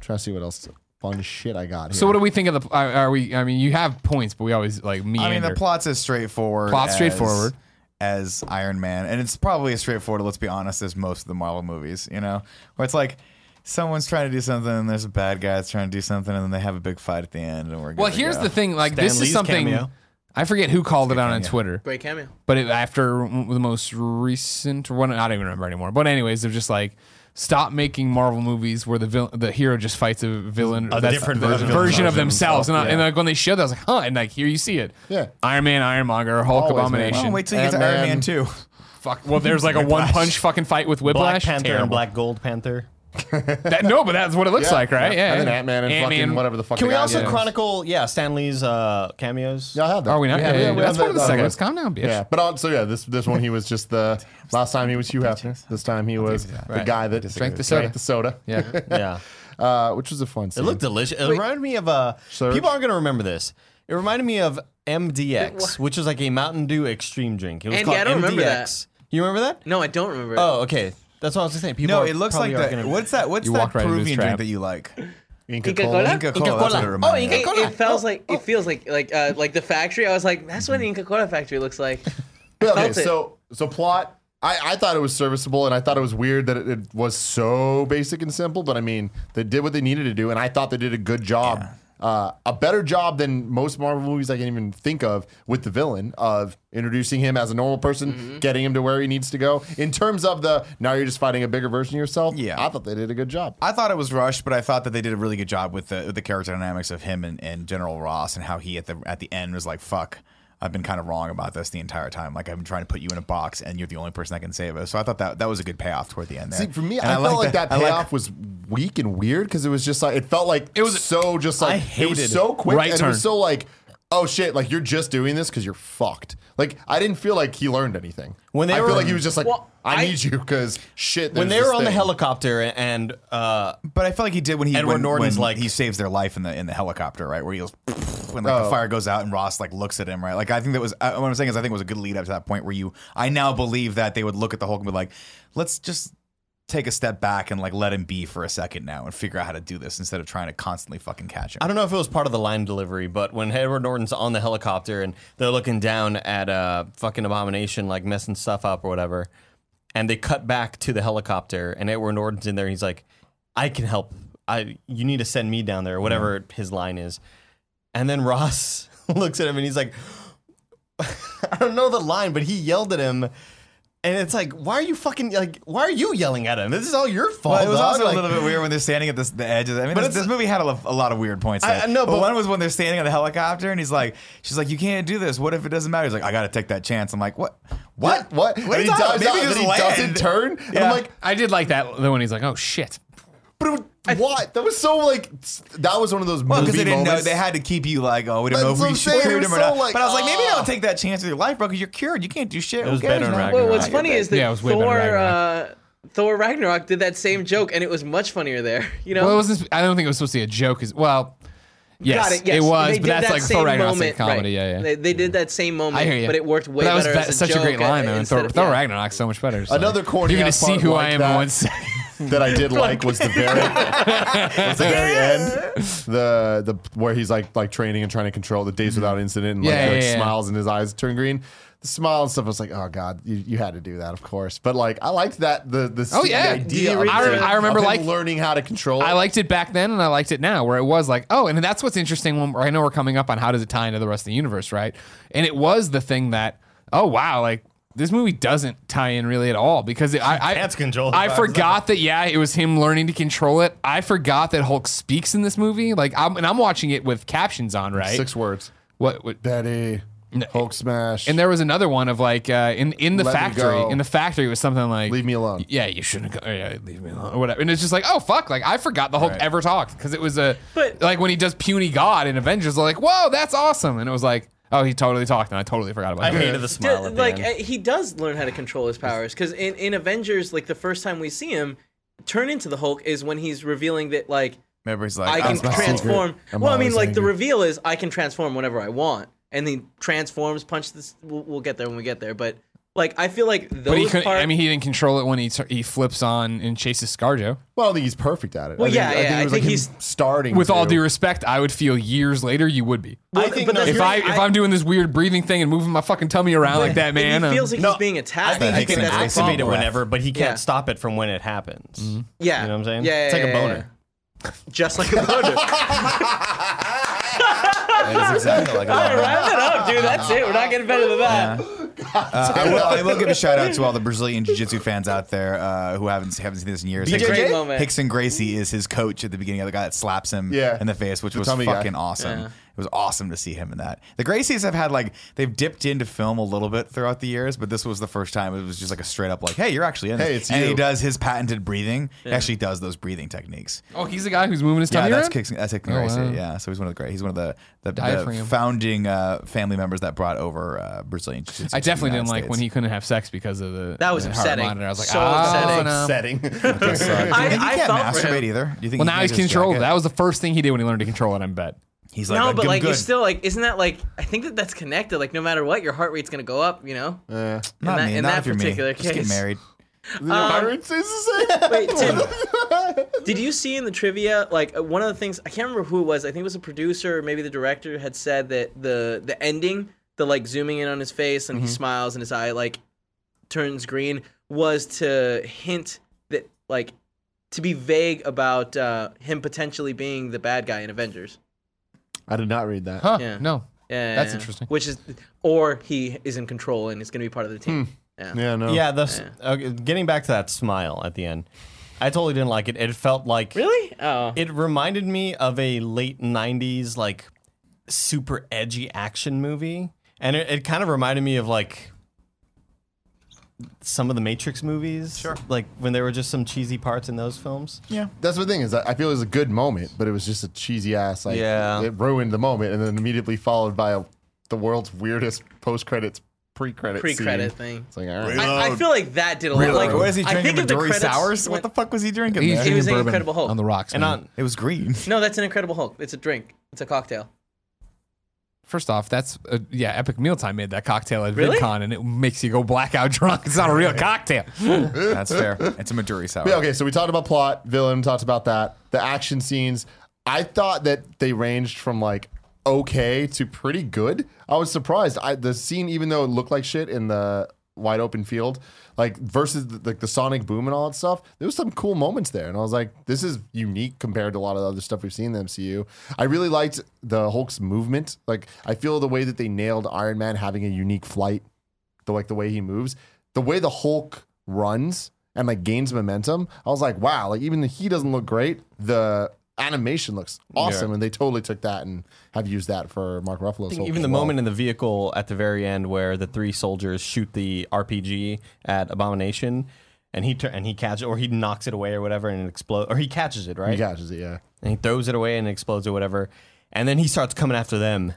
Speaker 1: trying to see what else fun shit I got. Here.
Speaker 2: so what do we think of the? Are, are we? I mean, you have points, but we always like meander.
Speaker 5: I mean, the plot's as straightforward.
Speaker 2: Plot's
Speaker 5: as-
Speaker 2: straightforward.
Speaker 5: As Iron Man, and it's probably as straightforward. Let's be honest, as most of the Marvel movies, you know, where it's like someone's trying to do something, and there's a bad guy that's trying to do something, and then they have a big fight at the end, and we're good
Speaker 2: Well,
Speaker 5: to
Speaker 2: here's
Speaker 5: go.
Speaker 2: the thing. Like,
Speaker 3: Stan
Speaker 2: this
Speaker 3: Lee's
Speaker 2: is something.
Speaker 3: cameo.
Speaker 2: I forget who called it out on Twitter.
Speaker 4: Great cameo.
Speaker 2: But it, after the most recent one, I don't even remember anymore. But anyways, they're just like, stop making Marvel movies where the villain, the hero just fights a villain, a
Speaker 3: different version of
Speaker 2: of themselves.
Speaker 3: themselves.
Speaker 2: And, I, and
Speaker 3: Yeah.
Speaker 2: like when they showed that, I was like, huh. And like here you see it.
Speaker 1: Yeah.
Speaker 2: Iron Man, Ironmonger, Hulk
Speaker 1: Always, man.
Speaker 5: Well,
Speaker 2: Abomination.
Speaker 5: wait till you get to Iron Man
Speaker 1: Ant-Man.
Speaker 5: two.
Speaker 2: Fuck. Well, there's like a one punch fucking fight with
Speaker 3: Black
Speaker 2: Whiplash.
Speaker 3: Panther
Speaker 2: Terrible.
Speaker 3: and Black Gold Panther.
Speaker 2: That, no, but that's what it looks
Speaker 1: Yeah.
Speaker 2: like, right? Yeah.
Speaker 1: And then Ant-Man and fucking whatever the fuck. the
Speaker 3: Can we
Speaker 1: guy
Speaker 3: also
Speaker 1: is.
Speaker 3: chronicle? Yeah, Stanley's uh, cameos.
Speaker 1: Yeah, I have that.
Speaker 2: Are we not? Yeah, yeah, yeah.
Speaker 1: we
Speaker 2: That's
Speaker 1: have
Speaker 2: one of the
Speaker 1: that.
Speaker 2: seconds. Calm down, bitch.
Speaker 1: Yeah, but on, so yeah, this this one he was just the last time he was Hugh Hefner. This time he was the guy that
Speaker 2: Drank the soda.
Speaker 1: drank the soda.
Speaker 2: Yeah.
Speaker 3: yeah.
Speaker 1: uh, which was a fun.
Speaker 3: It
Speaker 1: Scene.
Speaker 3: looked delicious. It reminded me of a.
Speaker 1: Surge?
Speaker 3: People aren't gonna remember this. It reminded me of MDX, which was like a Mountain Dew extreme drink. It was
Speaker 4: Andy,
Speaker 3: called
Speaker 4: I don't
Speaker 3: MDX.
Speaker 4: remember
Speaker 3: You remember that?
Speaker 4: No, I don't remember.
Speaker 3: Oh, okay. That's what I was saying. People.
Speaker 5: No,
Speaker 3: are-
Speaker 5: it looks like
Speaker 3: probably aren't
Speaker 5: that.
Speaker 3: gonna-
Speaker 5: What's that? What's
Speaker 2: You
Speaker 5: that
Speaker 2: walked right into this
Speaker 5: Peruvian
Speaker 2: trap.
Speaker 5: drink that you like?
Speaker 1: Inca
Speaker 4: Inca
Speaker 1: Kola?
Speaker 4: Kola?
Speaker 5: Inca Cola. That's what it
Speaker 3: Cola. Oh,
Speaker 5: reminded me
Speaker 3: Inca
Speaker 5: of.
Speaker 4: It,
Speaker 3: Cola.
Speaker 4: it feels like it feels like like uh, like the factory. I was like, that's what the Inca Cola factory looks like.
Speaker 1: Okay,
Speaker 4: Felt it.
Speaker 1: so so plot. I, I thought it was serviceable, and I thought it was weird that it, it was so basic and simple. But I mean, they did what they needed to do, and I thought they did a good job uh, a better job than most Marvel movies I can even think of with the villain of introducing him as a normal person, getting him to where he needs to go. In terms of the now you're just fighting a bigger version of yourself.
Speaker 5: Yeah.
Speaker 1: I thought they did a good job.
Speaker 5: I thought it was rushed, but I thought that they did a really good job with the with the character dynamics of him and, and General Ross and how he at the at the end was like, "Fuck, I've been kind of wrong about this the entire time. Like I've been trying to put you in a box, and you're the only person that can save us." So I thought that that was a good payoff toward the end. There.
Speaker 1: See, for me,
Speaker 5: And
Speaker 1: I, felt
Speaker 5: like
Speaker 1: like
Speaker 5: the-
Speaker 1: that
Speaker 5: I like-
Speaker 1: payoff was weak and weird because it was just like it felt like it was
Speaker 2: was-
Speaker 1: so just like it was
Speaker 3: hated
Speaker 1: so quick
Speaker 2: right
Speaker 1: and it was
Speaker 2: turn.
Speaker 1: so like oh shit like you're just doing this because you're fucked. Like I didn't feel like he learned anything.
Speaker 3: When they
Speaker 1: I feel
Speaker 3: were-
Speaker 1: like he was just like
Speaker 4: Well,
Speaker 1: I,
Speaker 4: I-
Speaker 1: need you because shit.
Speaker 3: when
Speaker 1: there's
Speaker 3: they were
Speaker 1: this
Speaker 3: on the
Speaker 1: thing."
Speaker 3: helicopter and uh,
Speaker 5: But I felt like he did when he
Speaker 3: Edward
Speaker 5: when,
Speaker 3: Norton's
Speaker 5: when
Speaker 3: like-
Speaker 5: he saves their life in the in the helicopter, right? Where he goes when like
Speaker 3: Oh.
Speaker 5: the fire goes out and Ross like looks at him, right? Like I think that was I, what I'm saying is I think it was a good lead up to that point where you I now believe that they would look at the Hulk and be like, let's just take a step back and like let him be for a second now and figure out how to do this instead of trying to constantly fucking catch him.
Speaker 3: I don't know if it was part of the line delivery, but when Edward Norton's on the helicopter and they're looking down at uh, fucking Abomination, like messing stuff up or whatever, and they cut back to the helicopter and Edward Norton's in there, he's like, I can help. I you need to send me down there, whatever his line is. And then Ross looks at him and he's like, I don't know the line, but he yelled at him. And it's like, why are you fucking like? Why are you yelling at him? This is all your fault.
Speaker 5: Well, it was
Speaker 3: dog.
Speaker 5: also
Speaker 3: Like-
Speaker 5: a little bit weird when they're standing at this, the edge of. The, I mean,
Speaker 3: But
Speaker 5: this,
Speaker 3: it's-
Speaker 5: this movie had a, lo- a lot of weird points.
Speaker 3: I-
Speaker 5: there.
Speaker 3: I know, but-
Speaker 5: one was when they're standing on the helicopter, and he's like, "She's like, you can't do this. What if it doesn't matter?" He's like, "I got to take that chance." I'm like, "What? What?
Speaker 1: What?
Speaker 5: What?
Speaker 1: and he
Speaker 5: are you talking
Speaker 1: dives
Speaker 5: about?
Speaker 1: out and
Speaker 5: Maybe
Speaker 1: then he
Speaker 5: just
Speaker 1: doesn't
Speaker 5: land."
Speaker 1: turn. And
Speaker 5: Yeah.
Speaker 1: I'm like,
Speaker 2: I did like that though when he's like, "Oh shit."
Speaker 1: but it was, what? That was so like s- that was one of those
Speaker 5: Well, because
Speaker 1: movie
Speaker 5: they didn't
Speaker 1: moments.
Speaker 5: know they had to keep you like, oh, we don't know if
Speaker 1: That's what
Speaker 5: we
Speaker 1: I'm
Speaker 5: should
Speaker 1: saying,
Speaker 5: shoot
Speaker 1: it
Speaker 5: him
Speaker 1: was
Speaker 5: or not.
Speaker 1: so like,
Speaker 5: but I was like, maybe
Speaker 1: ah.
Speaker 5: don't take that chance with your life, bro, because you're cured. You can't do shit. It
Speaker 3: was better in
Speaker 4: Well,
Speaker 3: Ragnarok.
Speaker 4: what's funny is that
Speaker 2: Yeah, it was way better
Speaker 4: Thor,
Speaker 2: Ragnarok.
Speaker 4: uh, Thor Ragnarok did that same joke, and it was much funnier there. You know,
Speaker 2: Well, it wasn't. I don't think it was supposed to be a joke. Is well, yes,
Speaker 4: Got it. Yes.
Speaker 2: was.
Speaker 4: They
Speaker 2: but
Speaker 4: did
Speaker 2: that's
Speaker 4: that
Speaker 2: like
Speaker 4: same
Speaker 2: Thor Ragnarok's like
Speaker 4: moment,
Speaker 2: a comedy.
Speaker 4: right.
Speaker 2: Yeah, yeah.
Speaker 4: They, they did that same moment,
Speaker 2: I hear you.
Speaker 4: but it worked way
Speaker 2: But that was
Speaker 4: better.
Speaker 2: ba-
Speaker 4: as
Speaker 2: such
Speaker 4: joke,
Speaker 2: a great line,
Speaker 4: uh,
Speaker 2: though. and
Speaker 4: instead
Speaker 2: Thor,
Speaker 4: of-
Speaker 2: Thor
Speaker 4: yeah.
Speaker 2: Ragnarok's so much better. so.
Speaker 1: Another corny
Speaker 2: You're gonna
Speaker 1: ass
Speaker 2: see
Speaker 1: part
Speaker 2: who
Speaker 1: like
Speaker 2: I am
Speaker 1: that.
Speaker 2: in one second.
Speaker 1: that I did like was the very was the very end. The the where he's like like training and trying to control the days without incident and like,
Speaker 2: Mm-hmm. Yeah,
Speaker 1: like,
Speaker 2: yeah, yeah.
Speaker 1: smiles and his eyes turn green. The smile and stuff I was like, oh god, you, you had to do that, of course. But like I liked that the the,
Speaker 2: Oh,
Speaker 1: the
Speaker 2: yeah.
Speaker 1: idea.
Speaker 2: Yeah,
Speaker 1: of
Speaker 2: I-
Speaker 1: it,
Speaker 2: I remember,
Speaker 1: of him
Speaker 2: like-
Speaker 1: learning how to control.
Speaker 2: I
Speaker 1: it.
Speaker 2: liked it back then, and I liked it now, where it was like, oh, and that's what's interesting. When I know we're coming up on how does it tie into the rest of the universe, right? And it was the thing that, oh wow, like this movie doesn't tie in really at all because it, I, I
Speaker 3: That's control the
Speaker 2: I
Speaker 3: vibes.
Speaker 2: forgot that yeah, it was him learning to control it. I forgot that Hulk speaks in this movie. Like, I'm and I'm watching it with captions on, right?
Speaker 1: six words.
Speaker 2: What? what
Speaker 1: Betty, Hulk smash,
Speaker 2: and there was another one of like uh, in in the
Speaker 1: Let me go.
Speaker 2: factory. In the factory, it was something like
Speaker 1: Leave me alone.
Speaker 2: Yeah, you shouldn't go. oh, Yeah, leave me alone or whatever. And it's just like, oh fuck, like I forgot the Hulk ever talked because it was a
Speaker 4: But-
Speaker 2: like when he does puny God in Avengers, like whoa, that's awesome. And it was like, oh, he totally talked, and I totally forgot about
Speaker 3: I
Speaker 2: that.
Speaker 3: hated the
Speaker 4: Dude,
Speaker 3: smile. at the
Speaker 4: like
Speaker 3: end.
Speaker 4: uh, he does learn how to control his powers because in, in Avengers, like the first time we see him turn into the Hulk is when he's revealing that like
Speaker 5: Remember, he's
Speaker 4: I
Speaker 5: like,
Speaker 4: can
Speaker 5: "I'm sorry."
Speaker 4: transform.
Speaker 1: I'm
Speaker 4: Well, I mean,
Speaker 1: always
Speaker 4: like the
Speaker 1: angry.
Speaker 4: reveal is I can transform whenever I want, and he transforms, punch this. We'll, we'll get there when we get there, but like I feel like those
Speaker 2: But he couldn't.
Speaker 4: parts.
Speaker 2: I mean, he didn't control it when he tur- he flips on and chases ScarJo.
Speaker 1: well, I think he's perfect at it.
Speaker 4: Well,
Speaker 1: I think,
Speaker 4: yeah,
Speaker 1: I
Speaker 4: yeah,
Speaker 1: think, it
Speaker 4: I
Speaker 1: was, like,
Speaker 4: think
Speaker 1: him
Speaker 4: he's-
Speaker 1: starting
Speaker 2: With all
Speaker 1: to-
Speaker 2: due respect, I would feel years later you would be.
Speaker 4: Well,
Speaker 3: I think
Speaker 4: but
Speaker 3: no,
Speaker 4: that's
Speaker 2: If
Speaker 4: the
Speaker 2: I
Speaker 4: thing,
Speaker 2: if I'm doing this weird breathing thing and moving my fucking tummy around like that, man,
Speaker 4: he
Speaker 2: um,
Speaker 4: feels like
Speaker 3: No,
Speaker 4: he's being attacked.
Speaker 3: I think he
Speaker 5: That
Speaker 3: can
Speaker 5: makes sense.
Speaker 3: activate it
Speaker 5: Breath.
Speaker 3: whenever, but he can't
Speaker 4: Yeah.
Speaker 3: stop it from when it happens.
Speaker 4: Yeah,
Speaker 3: You know what I'm saying?
Speaker 4: Yeah,
Speaker 3: It's like a
Speaker 4: yeah, yeah,
Speaker 3: boner.
Speaker 4: yeah. just like a boner.
Speaker 5: That is exactly like a lot of that.
Speaker 4: Wrap it up, dude. That's it. We're not getting better than that.
Speaker 5: Uh, I, will, I will give a shout out to all the Brazilian Jiu Jitsu fans out there uh, who haven't haven't seen this in years.
Speaker 4: It's a great moment.
Speaker 5: Hickson Gracie is his coach at the beginning of the guy that slaps him
Speaker 1: Yeah.
Speaker 5: in the face, which
Speaker 1: The
Speaker 5: was
Speaker 1: tummy
Speaker 5: fucking
Speaker 1: guy.
Speaker 5: awesome. It was awesome to see him in that. The Gracies have had like they've dipped into film a little bit throughout the years, but this was the first time it was just like a straight up like, hey, you're actually in.
Speaker 1: Hey,
Speaker 5: this."
Speaker 1: it's
Speaker 5: and
Speaker 1: you.
Speaker 5: he does his patented breathing. He actually does those breathing techniques.
Speaker 2: oh, he's the guy who's moving his
Speaker 5: Yeah,
Speaker 2: tummy
Speaker 5: that's
Speaker 2: around.
Speaker 5: Hickson, that's Hickson
Speaker 2: Oh,
Speaker 5: Gracie.
Speaker 2: wow.
Speaker 5: Yeah, so he's one of the great. He's one of the the, the
Speaker 2: Diaphragm.
Speaker 5: founding uh, family members that brought over uh, Brazilian Jiu Jitsu.
Speaker 2: I definitely didn't like when he couldn't have sex because of the
Speaker 4: That was
Speaker 2: the heart
Speaker 4: upsetting.
Speaker 2: monitor. I was like,
Speaker 4: So
Speaker 2: oh,
Speaker 4: upsetting.
Speaker 2: no.
Speaker 1: setting.
Speaker 4: I-
Speaker 5: I, you
Speaker 4: I
Speaker 5: can't
Speaker 4: felt for
Speaker 5: masturbate
Speaker 4: him.
Speaker 5: either. Do you think?
Speaker 2: Well, now
Speaker 5: he can
Speaker 2: he's
Speaker 5: just
Speaker 2: controlled.
Speaker 5: jack it?
Speaker 2: That was the first thing he did when he learned to control it. I bet.
Speaker 5: He's like,
Speaker 4: No,
Speaker 5: like,
Speaker 4: but
Speaker 5: I'm
Speaker 4: like
Speaker 5: good.
Speaker 4: it's still like isn't that like I think that that's connected. Like no matter what, your heart rate's gonna go up. You know.
Speaker 5: not
Speaker 4: that-
Speaker 5: me.
Speaker 4: in
Speaker 5: not
Speaker 4: that
Speaker 5: if you're me.
Speaker 4: particular
Speaker 5: Just get
Speaker 4: case.
Speaker 5: married.
Speaker 4: Wait, Tim, did you see in the trivia like uh, one of the things I can't remember who it was. I think it was a producer or maybe the director had said that the the ending, the like zooming in on his face
Speaker 2: Mm-hmm.
Speaker 4: and he smiles and his eye like turns green was to hint that like to be vague about uh, him potentially being the bad guy in Avengers.
Speaker 1: I did not read that.
Speaker 2: Huh?
Speaker 4: Yeah.
Speaker 2: No.
Speaker 4: Yeah,
Speaker 2: That's
Speaker 4: yeah.
Speaker 2: interesting.
Speaker 4: Which is, or he is in control and is going to be part of the
Speaker 2: Hmm.
Speaker 4: team. Yeah.
Speaker 1: Yeah, no.
Speaker 3: Yeah, the s- okay, getting back to that smile at the end, I totally didn't like it. It felt like
Speaker 4: Really? Oh.
Speaker 3: It reminded me of a late '90s like super edgy action movie, and it, it kind of reminded me of like some of the Matrix movies. Sure. Like when there were just some cheesy parts in those films.
Speaker 1: That's the thing is that I feel it was a good moment, but it was just a cheesy ass. Like,
Speaker 3: Yeah.
Speaker 1: it ruined the moment, and then immediately followed by a, the world's weirdest post credits, pre credit,
Speaker 4: Pre-credit thing.
Speaker 1: It's like, all right.
Speaker 4: I, I feel like that did a lot. Like,
Speaker 5: what is he
Speaker 4: I
Speaker 5: drinking?
Speaker 4: think if the
Speaker 5: Midori
Speaker 4: credits
Speaker 5: sours?
Speaker 4: went-
Speaker 5: What the fuck was he drinking?
Speaker 2: He's
Speaker 5: there?
Speaker 4: It was
Speaker 2: drinking
Speaker 4: an
Speaker 2: bourbon
Speaker 4: Incredible Hulk.
Speaker 2: on the rocks.
Speaker 3: And
Speaker 2: man.
Speaker 3: on
Speaker 5: It was green.
Speaker 4: No, that's an Incredible Hulk. It's a drink. It's a cocktail.
Speaker 2: First off, that's uh yeah, Epic Mealtime made that cocktail at
Speaker 4: Really?
Speaker 2: VidCon, and it makes you go blackout drunk. It's not a real cocktail.
Speaker 5: That's fair. It's a Maduri sour.
Speaker 1: Yeah, okay, so we talked about plot, villain, talked about that. The action scenes, I thought that they ranged from like okay to pretty good. I was surprised. I the scene, even though it looked like shit in the wide open field, like versus the, like the sonic boom and all that stuff, there was some cool moments there, and I was like, this is unique compared to a lot of the other stuff we've seen in the MCU. I really liked the Hulk's movement. Like, I feel the way that they nailed Iron Man having a unique flight the like the way he moves, the way the Hulk runs and like gains momentum. I was like, wow, like even the he doesn't look great. The animation looks awesome, and they totally took that and have used that for Mark Ruffalo's.
Speaker 3: I think
Speaker 1: Hulk
Speaker 3: even
Speaker 1: as
Speaker 3: the
Speaker 1: well.
Speaker 3: moment in the vehicle at the very end where the three soldiers shoot the RPG at Abomination, and he tur- and he catches or he knocks it away or whatever, and it explodes or he catches it
Speaker 1: he
Speaker 3: right,
Speaker 1: catches it, yeah.
Speaker 3: and he throws it away and it explodes or whatever, and then he starts coming after them,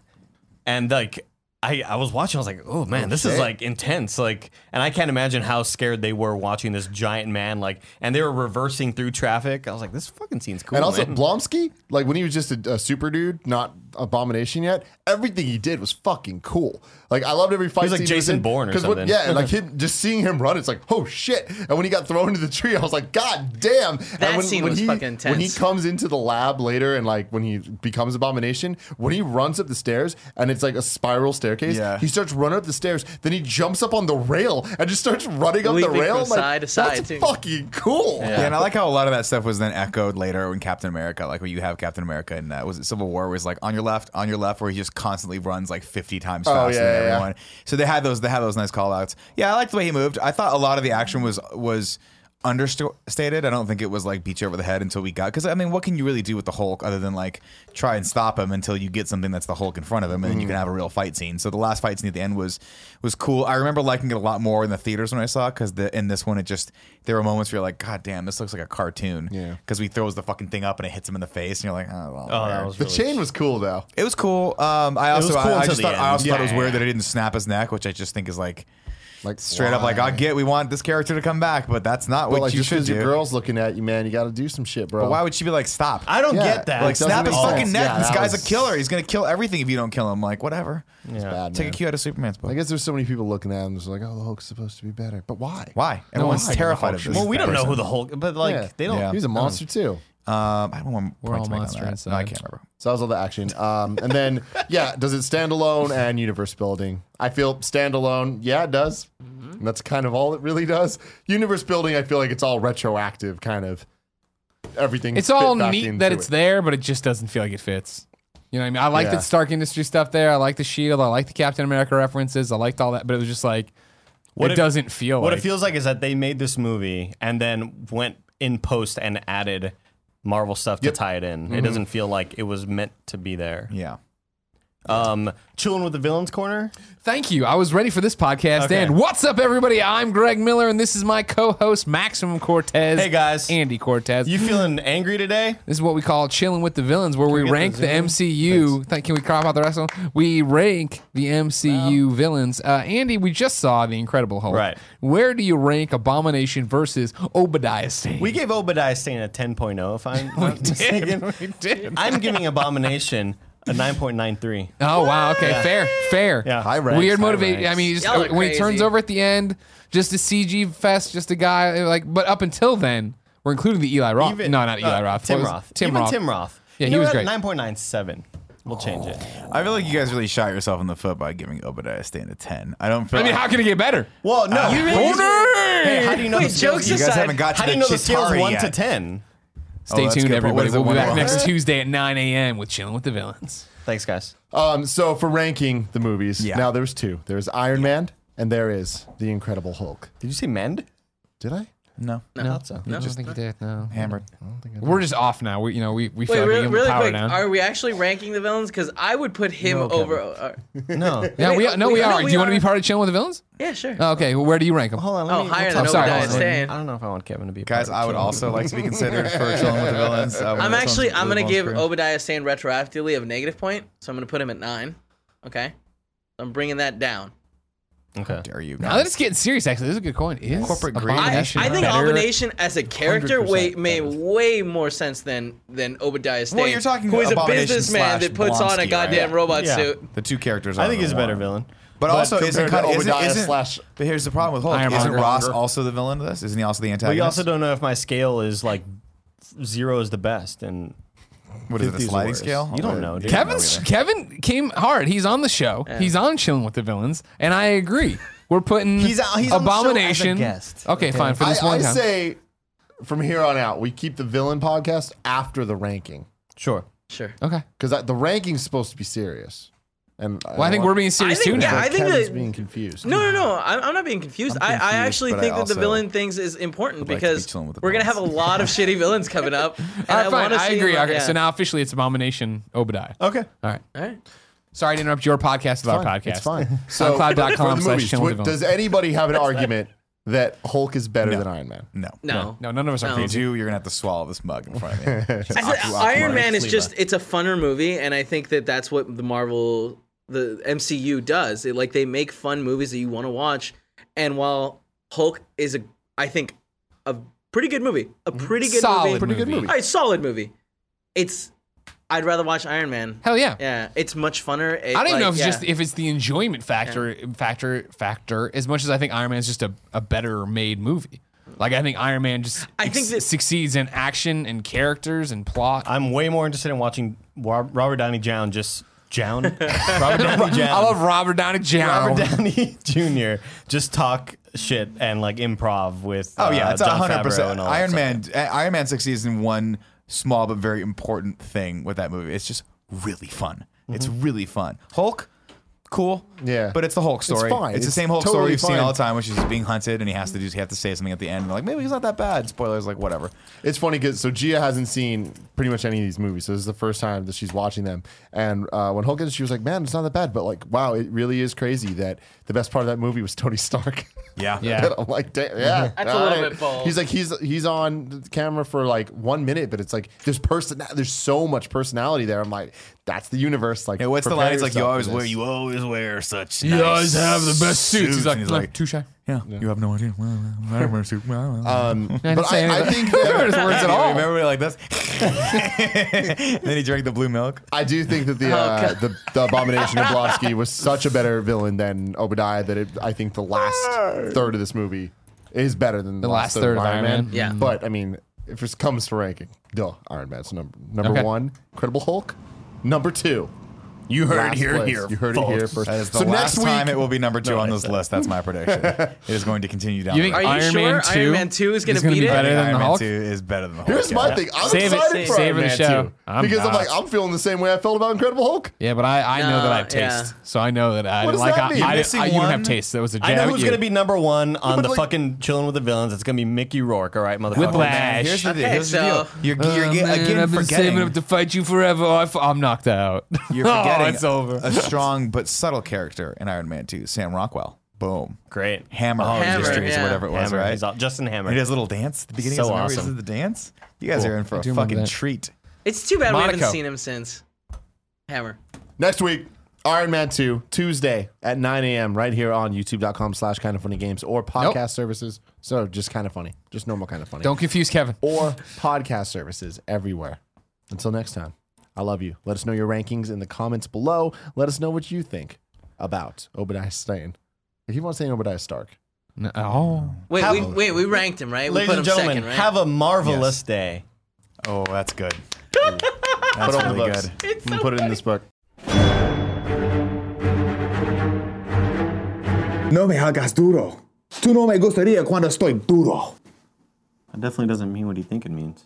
Speaker 3: and like. I, I was watching. I was like, "Oh man, this is like intense!" Like, and I can't imagine how scared they were watching this giant man. Like, and they were reversing through traffic. I was like, "This fucking scene's cool."
Speaker 1: and also
Speaker 3: man.
Speaker 1: Blomsky, like when he was just a, a super dude, not Abomination yet, everything he did was fucking cool. Like I loved every fight.
Speaker 3: was like
Speaker 1: scene
Speaker 3: Jason
Speaker 1: in,
Speaker 3: Bourne or
Speaker 1: 'cause what-
Speaker 3: something.
Speaker 1: yeah, and like him, just seeing him run, it's like oh shit. And when he got thrown into the tree, I was like, god damn.
Speaker 4: That
Speaker 1: and when,
Speaker 4: scene
Speaker 1: when
Speaker 4: was
Speaker 1: he,
Speaker 4: fucking intense.
Speaker 1: When he comes into the lab later, and like when he becomes Abomination, when he runs up the stairs, and it's like a spiral staircase.
Speaker 5: Yeah.
Speaker 1: He starts running up the stairs, then he jumps up on the rail and just starts running up the
Speaker 4: Leaping
Speaker 1: rail.
Speaker 4: from
Speaker 1: I'm like,
Speaker 4: side to side,
Speaker 1: That's
Speaker 4: too."
Speaker 1: fucking cool.
Speaker 5: Yeah. and I like how a lot of that stuff was then echoed later in Captain America, like when you have Captain America in uh, was it Civil War, where he's like on your left, on your left, where he just constantly runs like fifty times faster
Speaker 1: Oh, yeah,
Speaker 5: than
Speaker 1: yeah, yeah.
Speaker 5: everyone. So they had those, they had those nice call outs. Yeah, I liked the way he moved. I thought a lot of the action was was understated. I don't think it was like beat you over the head until we got because I mean, what can you really do with the Hulk other than like try and stop him until you get something that's the Hulk in front of him, and then you can have a real fight scene. So the last fight scene at the end was was cool. I remember liking it a lot more in the theaters when I saw it because the in this one it just there were moments where you're like, God damn, this looks like a cartoon.
Speaker 1: Yeah.
Speaker 5: because he throws the fucking thing up and it hits him in the face, and you're like, oh, well,
Speaker 3: oh, that
Speaker 5: whatever."
Speaker 3: was
Speaker 1: The
Speaker 3: really
Speaker 1: chain was cool though.
Speaker 5: It was cool. Um, I also
Speaker 3: was cool
Speaker 5: I, I
Speaker 3: until
Speaker 5: just
Speaker 3: the
Speaker 5: thought I
Speaker 3: end.
Speaker 5: also thought it was
Speaker 3: Yeah.
Speaker 5: weird that it didn't snap his neck, which I just think is like
Speaker 1: Like
Speaker 5: straight up like
Speaker 1: why?
Speaker 5: I get we want this character to come back, but that's not
Speaker 1: But
Speaker 5: what
Speaker 1: like
Speaker 5: you
Speaker 1: just
Speaker 5: should
Speaker 1: because
Speaker 5: do.
Speaker 1: your girl's looking at you, man, you got to do some shit, bro.
Speaker 5: but why would she be like stop?
Speaker 3: I don't
Speaker 1: Yeah,
Speaker 3: get that.
Speaker 1: like,
Speaker 5: like snap
Speaker 1: doesn't
Speaker 5: his
Speaker 1: make
Speaker 5: fucking
Speaker 1: sense.
Speaker 5: neck.
Speaker 1: Yeah,
Speaker 5: this
Speaker 1: that
Speaker 5: guy's
Speaker 1: was-
Speaker 5: a killer. He's gonna kill everything if you don't kill him. Like whatever.
Speaker 1: Bad,
Speaker 5: Take
Speaker 1: man.
Speaker 5: a cue out of Superman's book.
Speaker 1: I guess there's so many people looking at him. It's like, oh, the Hulk's supposed to be better, but why?
Speaker 5: Why? Everyone's
Speaker 1: why?
Speaker 5: terrified of
Speaker 1: Well,
Speaker 5: this.
Speaker 3: Well, we don't know
Speaker 5: person.
Speaker 3: who the Hulk, but like
Speaker 1: Yeah.
Speaker 3: they don't.
Speaker 5: Yeah.
Speaker 1: He was a monster too.
Speaker 5: Um, I don't want
Speaker 2: We're
Speaker 5: points
Speaker 2: all
Speaker 5: to make on
Speaker 2: monster
Speaker 5: that.
Speaker 2: inside.
Speaker 5: No, I can't remember.
Speaker 1: So that was all the action. Um, and then yeah, does it stand alone and universe building? I feel standalone. Yeah, it does.
Speaker 3: Mm-hmm.
Speaker 1: And that's kind of all it really does. Universe building, I feel like it's all retroactive, kind of. Everything.
Speaker 2: It's
Speaker 1: fit
Speaker 2: all
Speaker 1: back
Speaker 2: neat
Speaker 1: into
Speaker 2: that
Speaker 1: it.
Speaker 2: it's there, but it just doesn't feel like it fits. You know what I mean? I like
Speaker 1: Yeah.
Speaker 2: the Stark Industry stuff there. I like the Shield. I like the Captain America references. I liked all that, but it was just like
Speaker 3: What
Speaker 2: it
Speaker 3: if-
Speaker 2: doesn't feel.
Speaker 3: What
Speaker 2: like.
Speaker 3: it feels like is that they made this movie and then went in post and added Marvel stuff to tie it in.
Speaker 2: Mm-hmm.
Speaker 3: It doesn't feel like it was meant to be there.
Speaker 5: Yeah.
Speaker 3: Um, chilling with the villains corner.
Speaker 2: Thank you. I was ready for this podcast.
Speaker 3: Okay.
Speaker 2: And what's up, everybody? I'm Greg Miller, and this is my co-host Maximum Cortez.
Speaker 3: Hey, guys.
Speaker 2: Andy Cortez.
Speaker 3: You feeling angry today?
Speaker 2: This is what we call chilling with the villains, where we
Speaker 3: get
Speaker 2: rank
Speaker 3: the
Speaker 2: the
Speaker 3: zoom?
Speaker 2: MCU. Th- can we crop out the rest of them? We rank the MCU villains. Uh, Andy, we just saw the Incredible Hulk.
Speaker 3: Right.
Speaker 2: Where do you rank Abomination versus Obadiah Stane?
Speaker 3: We gave Obadiah Stane a 10.0, if I'm not mistaken.
Speaker 2: we did.
Speaker 3: I'm giving Abomination a 9.93.
Speaker 2: Oh wow. Okay. Fair. Fair.
Speaker 3: Yeah. High
Speaker 1: ranks,
Speaker 2: Weird
Speaker 1: high
Speaker 2: motivation.
Speaker 1: ranks.
Speaker 2: I mean, just,
Speaker 4: Y'all are
Speaker 2: when he turns
Speaker 4: crazy.
Speaker 2: over at the end, just a CG fest, just a guy like. But up until then, we're including the Eli Roth. no, not Eli
Speaker 3: uh,
Speaker 2: Roth.
Speaker 3: Tim
Speaker 2: What was-
Speaker 3: Roth.
Speaker 2: Tim
Speaker 3: Even
Speaker 2: Roth.
Speaker 3: Tim Roth.
Speaker 2: Yeah,
Speaker 3: You
Speaker 2: he
Speaker 3: know
Speaker 2: was
Speaker 3: what?
Speaker 2: great.
Speaker 3: 9.97. We'll change it.
Speaker 5: I feel like you guys really shot yourself in the foot by giving Obadiah Stane a ten. I don't feel.
Speaker 2: I mean, how can it get better?
Speaker 3: Well,
Speaker 5: Oh,
Speaker 3: no.
Speaker 5: You really-
Speaker 3: Hey, how do you know
Speaker 4: Wait,
Speaker 3: the scales-
Speaker 4: jokes
Speaker 5: you guys
Speaker 4: aside,
Speaker 5: haven't got to
Speaker 3: How do
Speaker 5: the
Speaker 3: you know the
Speaker 5: Chitari
Speaker 3: scales one
Speaker 5: yet.
Speaker 3: to ten?
Speaker 5: Oh,
Speaker 2: Stay
Speaker 5: that's
Speaker 2: tuned,
Speaker 5: good, but what
Speaker 2: everybody.
Speaker 5: is it,
Speaker 2: We'll be
Speaker 5: one
Speaker 2: back
Speaker 5: to one?
Speaker 2: next Tuesday at 9 a.m. with Chilling with the Villains.
Speaker 3: Thanks, guys.
Speaker 1: Um, so for ranking the movies,
Speaker 5: Yeah.
Speaker 1: now there's two. There's Iron Man and there is The Incredible Hulk.
Speaker 3: Did you say mend?
Speaker 1: Did I?
Speaker 5: No.
Speaker 4: No,
Speaker 2: I don't think you did. No,
Speaker 5: Oh, Hammered.
Speaker 2: we're just off now. We, you know, we we feel
Speaker 4: Wait,
Speaker 2: like
Speaker 4: re-
Speaker 2: we can
Speaker 4: really
Speaker 2: power
Speaker 4: quick,
Speaker 2: down.
Speaker 4: are we actually ranking the villains? Because I would put him
Speaker 3: No,
Speaker 4: over. uh,
Speaker 3: No.
Speaker 2: yeah, we,
Speaker 4: wait,
Speaker 2: no,
Speaker 4: we-
Speaker 2: we,
Speaker 4: no,
Speaker 2: are.
Speaker 4: we
Speaker 2: Do you want to be
Speaker 4: are.
Speaker 2: part of chilling with the villains?
Speaker 4: yeah, sure.
Speaker 2: Oh, okay, well, where do you rank them?
Speaker 3: Hold on.
Speaker 4: oh, higher than
Speaker 2: I'm sorry,
Speaker 4: Obadiah
Speaker 2: hold on.
Speaker 4: Stane.
Speaker 3: I don't know if I want Kevin to be. a part
Speaker 5: Guys,
Speaker 3: of
Speaker 5: I would
Speaker 3: Chilling.
Speaker 5: also like to be considered for chilling with the villains. I would-
Speaker 4: I'm
Speaker 5: that
Speaker 4: actually
Speaker 5: sounds
Speaker 4: I'm gonna
Speaker 5: really
Speaker 4: give
Speaker 5: monstrous.
Speaker 4: Obadiah Stane retroactively a negative point, so I'm gonna put him at nine. Okay, I'm bringing that down.
Speaker 3: Okay.
Speaker 5: Dare you?
Speaker 2: Now that it's getting serious, actually, this is a good coin. Is
Speaker 5: Corporate greed.
Speaker 4: I, I
Speaker 2: Abomination
Speaker 4: think
Speaker 2: better?
Speaker 4: Abomination as a character
Speaker 5: 100%
Speaker 4: way, made
Speaker 5: better.
Speaker 4: way more sense than than Obadiah Stane,
Speaker 5: you're talking
Speaker 4: who is a
Speaker 5: Abomination
Speaker 4: businessman
Speaker 5: slash
Speaker 4: that puts on a
Speaker 5: Blonsky,
Speaker 4: goddamn
Speaker 5: right?
Speaker 4: robot
Speaker 3: Yeah.
Speaker 4: suit.
Speaker 5: the two characters.
Speaker 3: I
Speaker 5: are
Speaker 3: think
Speaker 5: the
Speaker 3: he's a better
Speaker 5: one.
Speaker 3: villain.
Speaker 5: But, also,
Speaker 1: compared
Speaker 5: isn't,
Speaker 1: to
Speaker 5: kind of, isn't,
Speaker 1: Obadiah
Speaker 5: isn't
Speaker 1: slash-
Speaker 5: But here's the problem with Hulk. Isn't
Speaker 2: Ironmonger.
Speaker 5: Ross also the villain of this? Isn't he also
Speaker 3: But
Speaker 5: the
Speaker 3: you
Speaker 5: antagonist?
Speaker 3: also don't know if my scale is like zero is the best and
Speaker 5: what is it? A
Speaker 3: 50 is the
Speaker 5: sliding
Speaker 3: worst.
Speaker 5: scale?
Speaker 3: You don't know, dude.
Speaker 2: Kevin's Kevin came hard. He's on the show. He's on chilling with the villains, and I agree. We're putting
Speaker 3: He's out- he's on the show as a
Speaker 2: abomination.
Speaker 3: guest.
Speaker 2: Okay, fine for this
Speaker 1: I,
Speaker 2: one
Speaker 1: I
Speaker 2: time.
Speaker 1: say from here on out, we keep the villain podcast after the ranking
Speaker 3: Sure.
Speaker 4: Sure.
Speaker 2: okay.
Speaker 1: because the ranking's supposed to be serious. And
Speaker 2: Well, I think we're being serious
Speaker 4: Uh, I think-
Speaker 2: too
Speaker 4: yeah,
Speaker 2: now.
Speaker 4: I think
Speaker 1: Kevin's
Speaker 4: that-
Speaker 1: being confused.
Speaker 4: No, no, no. I'm, I'm not being confused.
Speaker 5: I'm
Speaker 4: I, I
Speaker 5: confused,
Speaker 4: actually
Speaker 5: but I
Speaker 4: think that the
Speaker 5: also
Speaker 4: villain things is important
Speaker 5: would like to be
Speaker 4: because
Speaker 5: chilling with the
Speaker 4: we're gonna have a
Speaker 5: villains.
Speaker 4: lot of shitty villains coming up. And
Speaker 2: All right, Uh, fine.
Speaker 4: wanna
Speaker 2: I
Speaker 4: see
Speaker 2: agree.
Speaker 4: them-
Speaker 2: Okay,
Speaker 4: yeah.
Speaker 2: so now officially it's abomination Obadiah.
Speaker 3: Okay.
Speaker 2: All right.
Speaker 4: All right.
Speaker 2: Sorry to interrupt your podcast with our
Speaker 1: Fine,
Speaker 2: podcast.
Speaker 1: It's fine. for
Speaker 2: SoundCloud.com
Speaker 1: the
Speaker 2: slash
Speaker 1: movies,
Speaker 2: chilling with
Speaker 1: wh-
Speaker 2: the
Speaker 1: does
Speaker 2: villains.
Speaker 1: anybody have an argument that Hulk is better than Iron Man?
Speaker 5: No.
Speaker 4: No.
Speaker 2: No, none of us are
Speaker 4: No.
Speaker 5: If
Speaker 2: crazy.
Speaker 5: you do, you're gonna have to swallow this mug in front of me. Just
Speaker 4: I said,
Speaker 5: Aku- Aku
Speaker 4: Iron
Speaker 5: Aku.
Speaker 4: Man is just it's a funner movie, and I think that that's what the Marvel the MCU does. It, like they make fun movies that you want to watch. And while Hulk is a I think a pretty good movie, a pretty good
Speaker 2: Solid
Speaker 4: movie,
Speaker 2: Pretty good movie. movie.
Speaker 4: All right, solid movie. It's I'd rather watch Iron Man.
Speaker 2: Hell yeah.
Speaker 4: Yeah, it's much funner. It,
Speaker 2: I don't even
Speaker 4: like,
Speaker 2: know if it's
Speaker 4: yeah.
Speaker 2: just if it's the enjoyment factor factor factor as much as I think Iron Man's just a, a better made movie. Like I think Iron Man just
Speaker 4: I think
Speaker 2: ex-
Speaker 4: that-
Speaker 2: succeeds in action and characters and plot.
Speaker 3: I'm way more interested in watching Wa- Robert Downey Jr. just Jown. Robert Downey Jr.
Speaker 2: I love Robert Downey Jr.
Speaker 3: Robert Downey Jr. Just talk shit and like improv with.
Speaker 5: Oh yeah,
Speaker 3: uh,
Speaker 5: it's
Speaker 3: Jon
Speaker 5: hundred
Speaker 3: Favreau
Speaker 5: percent.
Speaker 3: and all that
Speaker 5: Iron
Speaker 3: stuff.
Speaker 5: Man. I- Iron Man succeeds in one small but very important thing with that movie. It's just really fun. It's really fun. Hulk, cool.
Speaker 1: Yeah.
Speaker 5: but it's the Hulk
Speaker 1: It's
Speaker 5: story.
Speaker 1: fine.
Speaker 5: It's, the
Speaker 1: It's
Speaker 5: same Hulk
Speaker 1: totally
Speaker 5: story we've seen
Speaker 1: fine.
Speaker 5: all the time, which is he's being hunted and he has to do. He has to say something at the end. And like maybe he's not that bad. Spoilers, like whatever.
Speaker 1: It's funny because so Gia hasn't seen pretty much any of these movies, so this is the first time that she's watching them. And uh, when Hulk is, she was like, "Man, it's not that bad," but like, wow, it really is crazy that the best part of that movie was Tony Stark.
Speaker 5: Yeah,
Speaker 1: And I'm like, "Da- yeah,
Speaker 4: That's a
Speaker 1: all
Speaker 4: little bit bold.
Speaker 1: He's like, he's he's on the camera for like one minute, but it's like there's person, there's so much personality there. I'm like, that's the universe. Like,
Speaker 5: Yeah, what's the
Speaker 1: prepare
Speaker 5: line? It's like you
Speaker 1: yourself
Speaker 5: always
Speaker 1: for this.
Speaker 5: wear, you always wear such.
Speaker 2: You
Speaker 5: nice
Speaker 2: always have the best suits. He's like,
Speaker 5: And
Speaker 2: like too shy.
Speaker 5: yeah, you have no idea. Well, well, I don't wear a suit. Well, well, well.
Speaker 1: Um,
Speaker 2: didn't
Speaker 1: but
Speaker 2: say
Speaker 1: I, I
Speaker 2: anything.
Speaker 1: think that,
Speaker 5: words at all. Remember, we were like this. then he drank the blue milk.
Speaker 1: I do think that the uh, the, the abomination of Blonsky was such a better villain than Obadiah that it, I think the last third of this movie is better than the,
Speaker 2: last third of Iron Man.
Speaker 4: Yeah.
Speaker 1: but I mean, if it comes to ranking, duh, Iron Man's number number
Speaker 2: Okay.
Speaker 1: one, Incredible Hulk, number two.
Speaker 3: You heard
Speaker 1: last
Speaker 3: it here,
Speaker 1: place.
Speaker 3: here.
Speaker 1: You heard it
Speaker 3: folks.
Speaker 1: here first.
Speaker 5: That is the
Speaker 1: so
Speaker 5: last
Speaker 1: next week,
Speaker 5: time it will be number two on this list. That's my prediction. it is going to continue down.
Speaker 2: You
Speaker 5: the
Speaker 2: think
Speaker 4: Are you
Speaker 5: road.
Speaker 2: Iron
Speaker 4: sure
Speaker 2: Man
Speaker 4: Iron
Speaker 2: 2
Speaker 4: Man 2 is gonna
Speaker 2: gonna
Speaker 4: beat
Speaker 2: be
Speaker 4: it?
Speaker 2: better than
Speaker 5: Iron
Speaker 2: the
Speaker 5: Man
Speaker 2: Hulk?
Speaker 5: Two is better than the Hulk.
Speaker 1: here's my
Speaker 5: yeah.
Speaker 1: thing. I'm
Speaker 2: Save it.
Speaker 1: excited for
Speaker 2: Save
Speaker 1: Iron
Speaker 2: it
Speaker 1: Man
Speaker 2: the show.
Speaker 1: two
Speaker 2: I'm
Speaker 1: because I'm
Speaker 2: not.
Speaker 1: like I'm feeling the same way I felt about Incredible Hulk.
Speaker 2: Yeah, but I, I know that I have
Speaker 4: No,
Speaker 2: taste,
Speaker 4: yeah.
Speaker 2: so I know that I
Speaker 1: What does
Speaker 2: like
Speaker 1: that
Speaker 2: I,
Speaker 1: mean?
Speaker 2: I, I,
Speaker 5: Missing
Speaker 2: you don't
Speaker 5: one?
Speaker 2: have taste. That was a jab
Speaker 3: I know
Speaker 2: at
Speaker 3: who's
Speaker 2: you.
Speaker 3: going to be number one on
Speaker 1: but
Speaker 3: the
Speaker 1: like-
Speaker 3: fucking Chilling with the Villains. It's going to be Mickey Rourke, all right, motherfucker.
Speaker 2: Whiplash.
Speaker 5: Oh, Here's the,
Speaker 4: Okay,
Speaker 5: here's
Speaker 4: so-
Speaker 5: the deal. You're, you're
Speaker 2: Oh,
Speaker 5: again
Speaker 2: man, I've been saving up
Speaker 5: forgetting.
Speaker 2: to fight you forever. Oh, I f- I'm knocked out.
Speaker 5: You're
Speaker 2: oh,
Speaker 5: forgetting
Speaker 2: it's over.
Speaker 5: a strong but subtle character in Iron Man Two, Sam Rockwell. Boom.
Speaker 3: Great.
Speaker 5: Hammer,
Speaker 3: Oh,
Speaker 4: Hammer,
Speaker 5: Industries
Speaker 4: yeah.
Speaker 5: or whatever it was,
Speaker 3: Hammer.
Speaker 5: right?
Speaker 3: He's all- Justin Hammer.
Speaker 5: And he does a little dance at the beginning
Speaker 3: So
Speaker 5: of the movie. He
Speaker 3: awesome.
Speaker 5: does the dance. You guys are in for a
Speaker 2: do remember
Speaker 5: fucking
Speaker 2: that.
Speaker 5: treat.
Speaker 4: It's too bad we
Speaker 2: Monaco.
Speaker 4: haven't seen him since. Hammer.
Speaker 1: Next week, Iron Man 2, Tuesday at 9 a.m. right here on youtube.com slash kind of funny games or podcast
Speaker 2: Nope.
Speaker 1: services. So just kind of funny, just normal kind of funny.
Speaker 2: Don't confuse Kevin.
Speaker 1: Or podcast services everywhere. Until next time, I love you. Let us know your rankings in the comments below. Let us know what you think about Obadiah Stane. I keep on saying Obadiah Stark.
Speaker 2: No, oh.
Speaker 4: Wait, we, wait, we ranked him, right? we
Speaker 3: Ladies and
Speaker 4: put him
Speaker 3: gentlemen,
Speaker 4: second, right?
Speaker 3: have a marvelous day.
Speaker 5: Oh, that's good. That's
Speaker 1: Put it in the
Speaker 5: really
Speaker 1: books.
Speaker 5: good.
Speaker 1: I'm gonna put it in this book.
Speaker 6: No me hagas duro. Tú no me gustaría cuando estoy duro.
Speaker 7: That definitely doesn't mean what you think it means.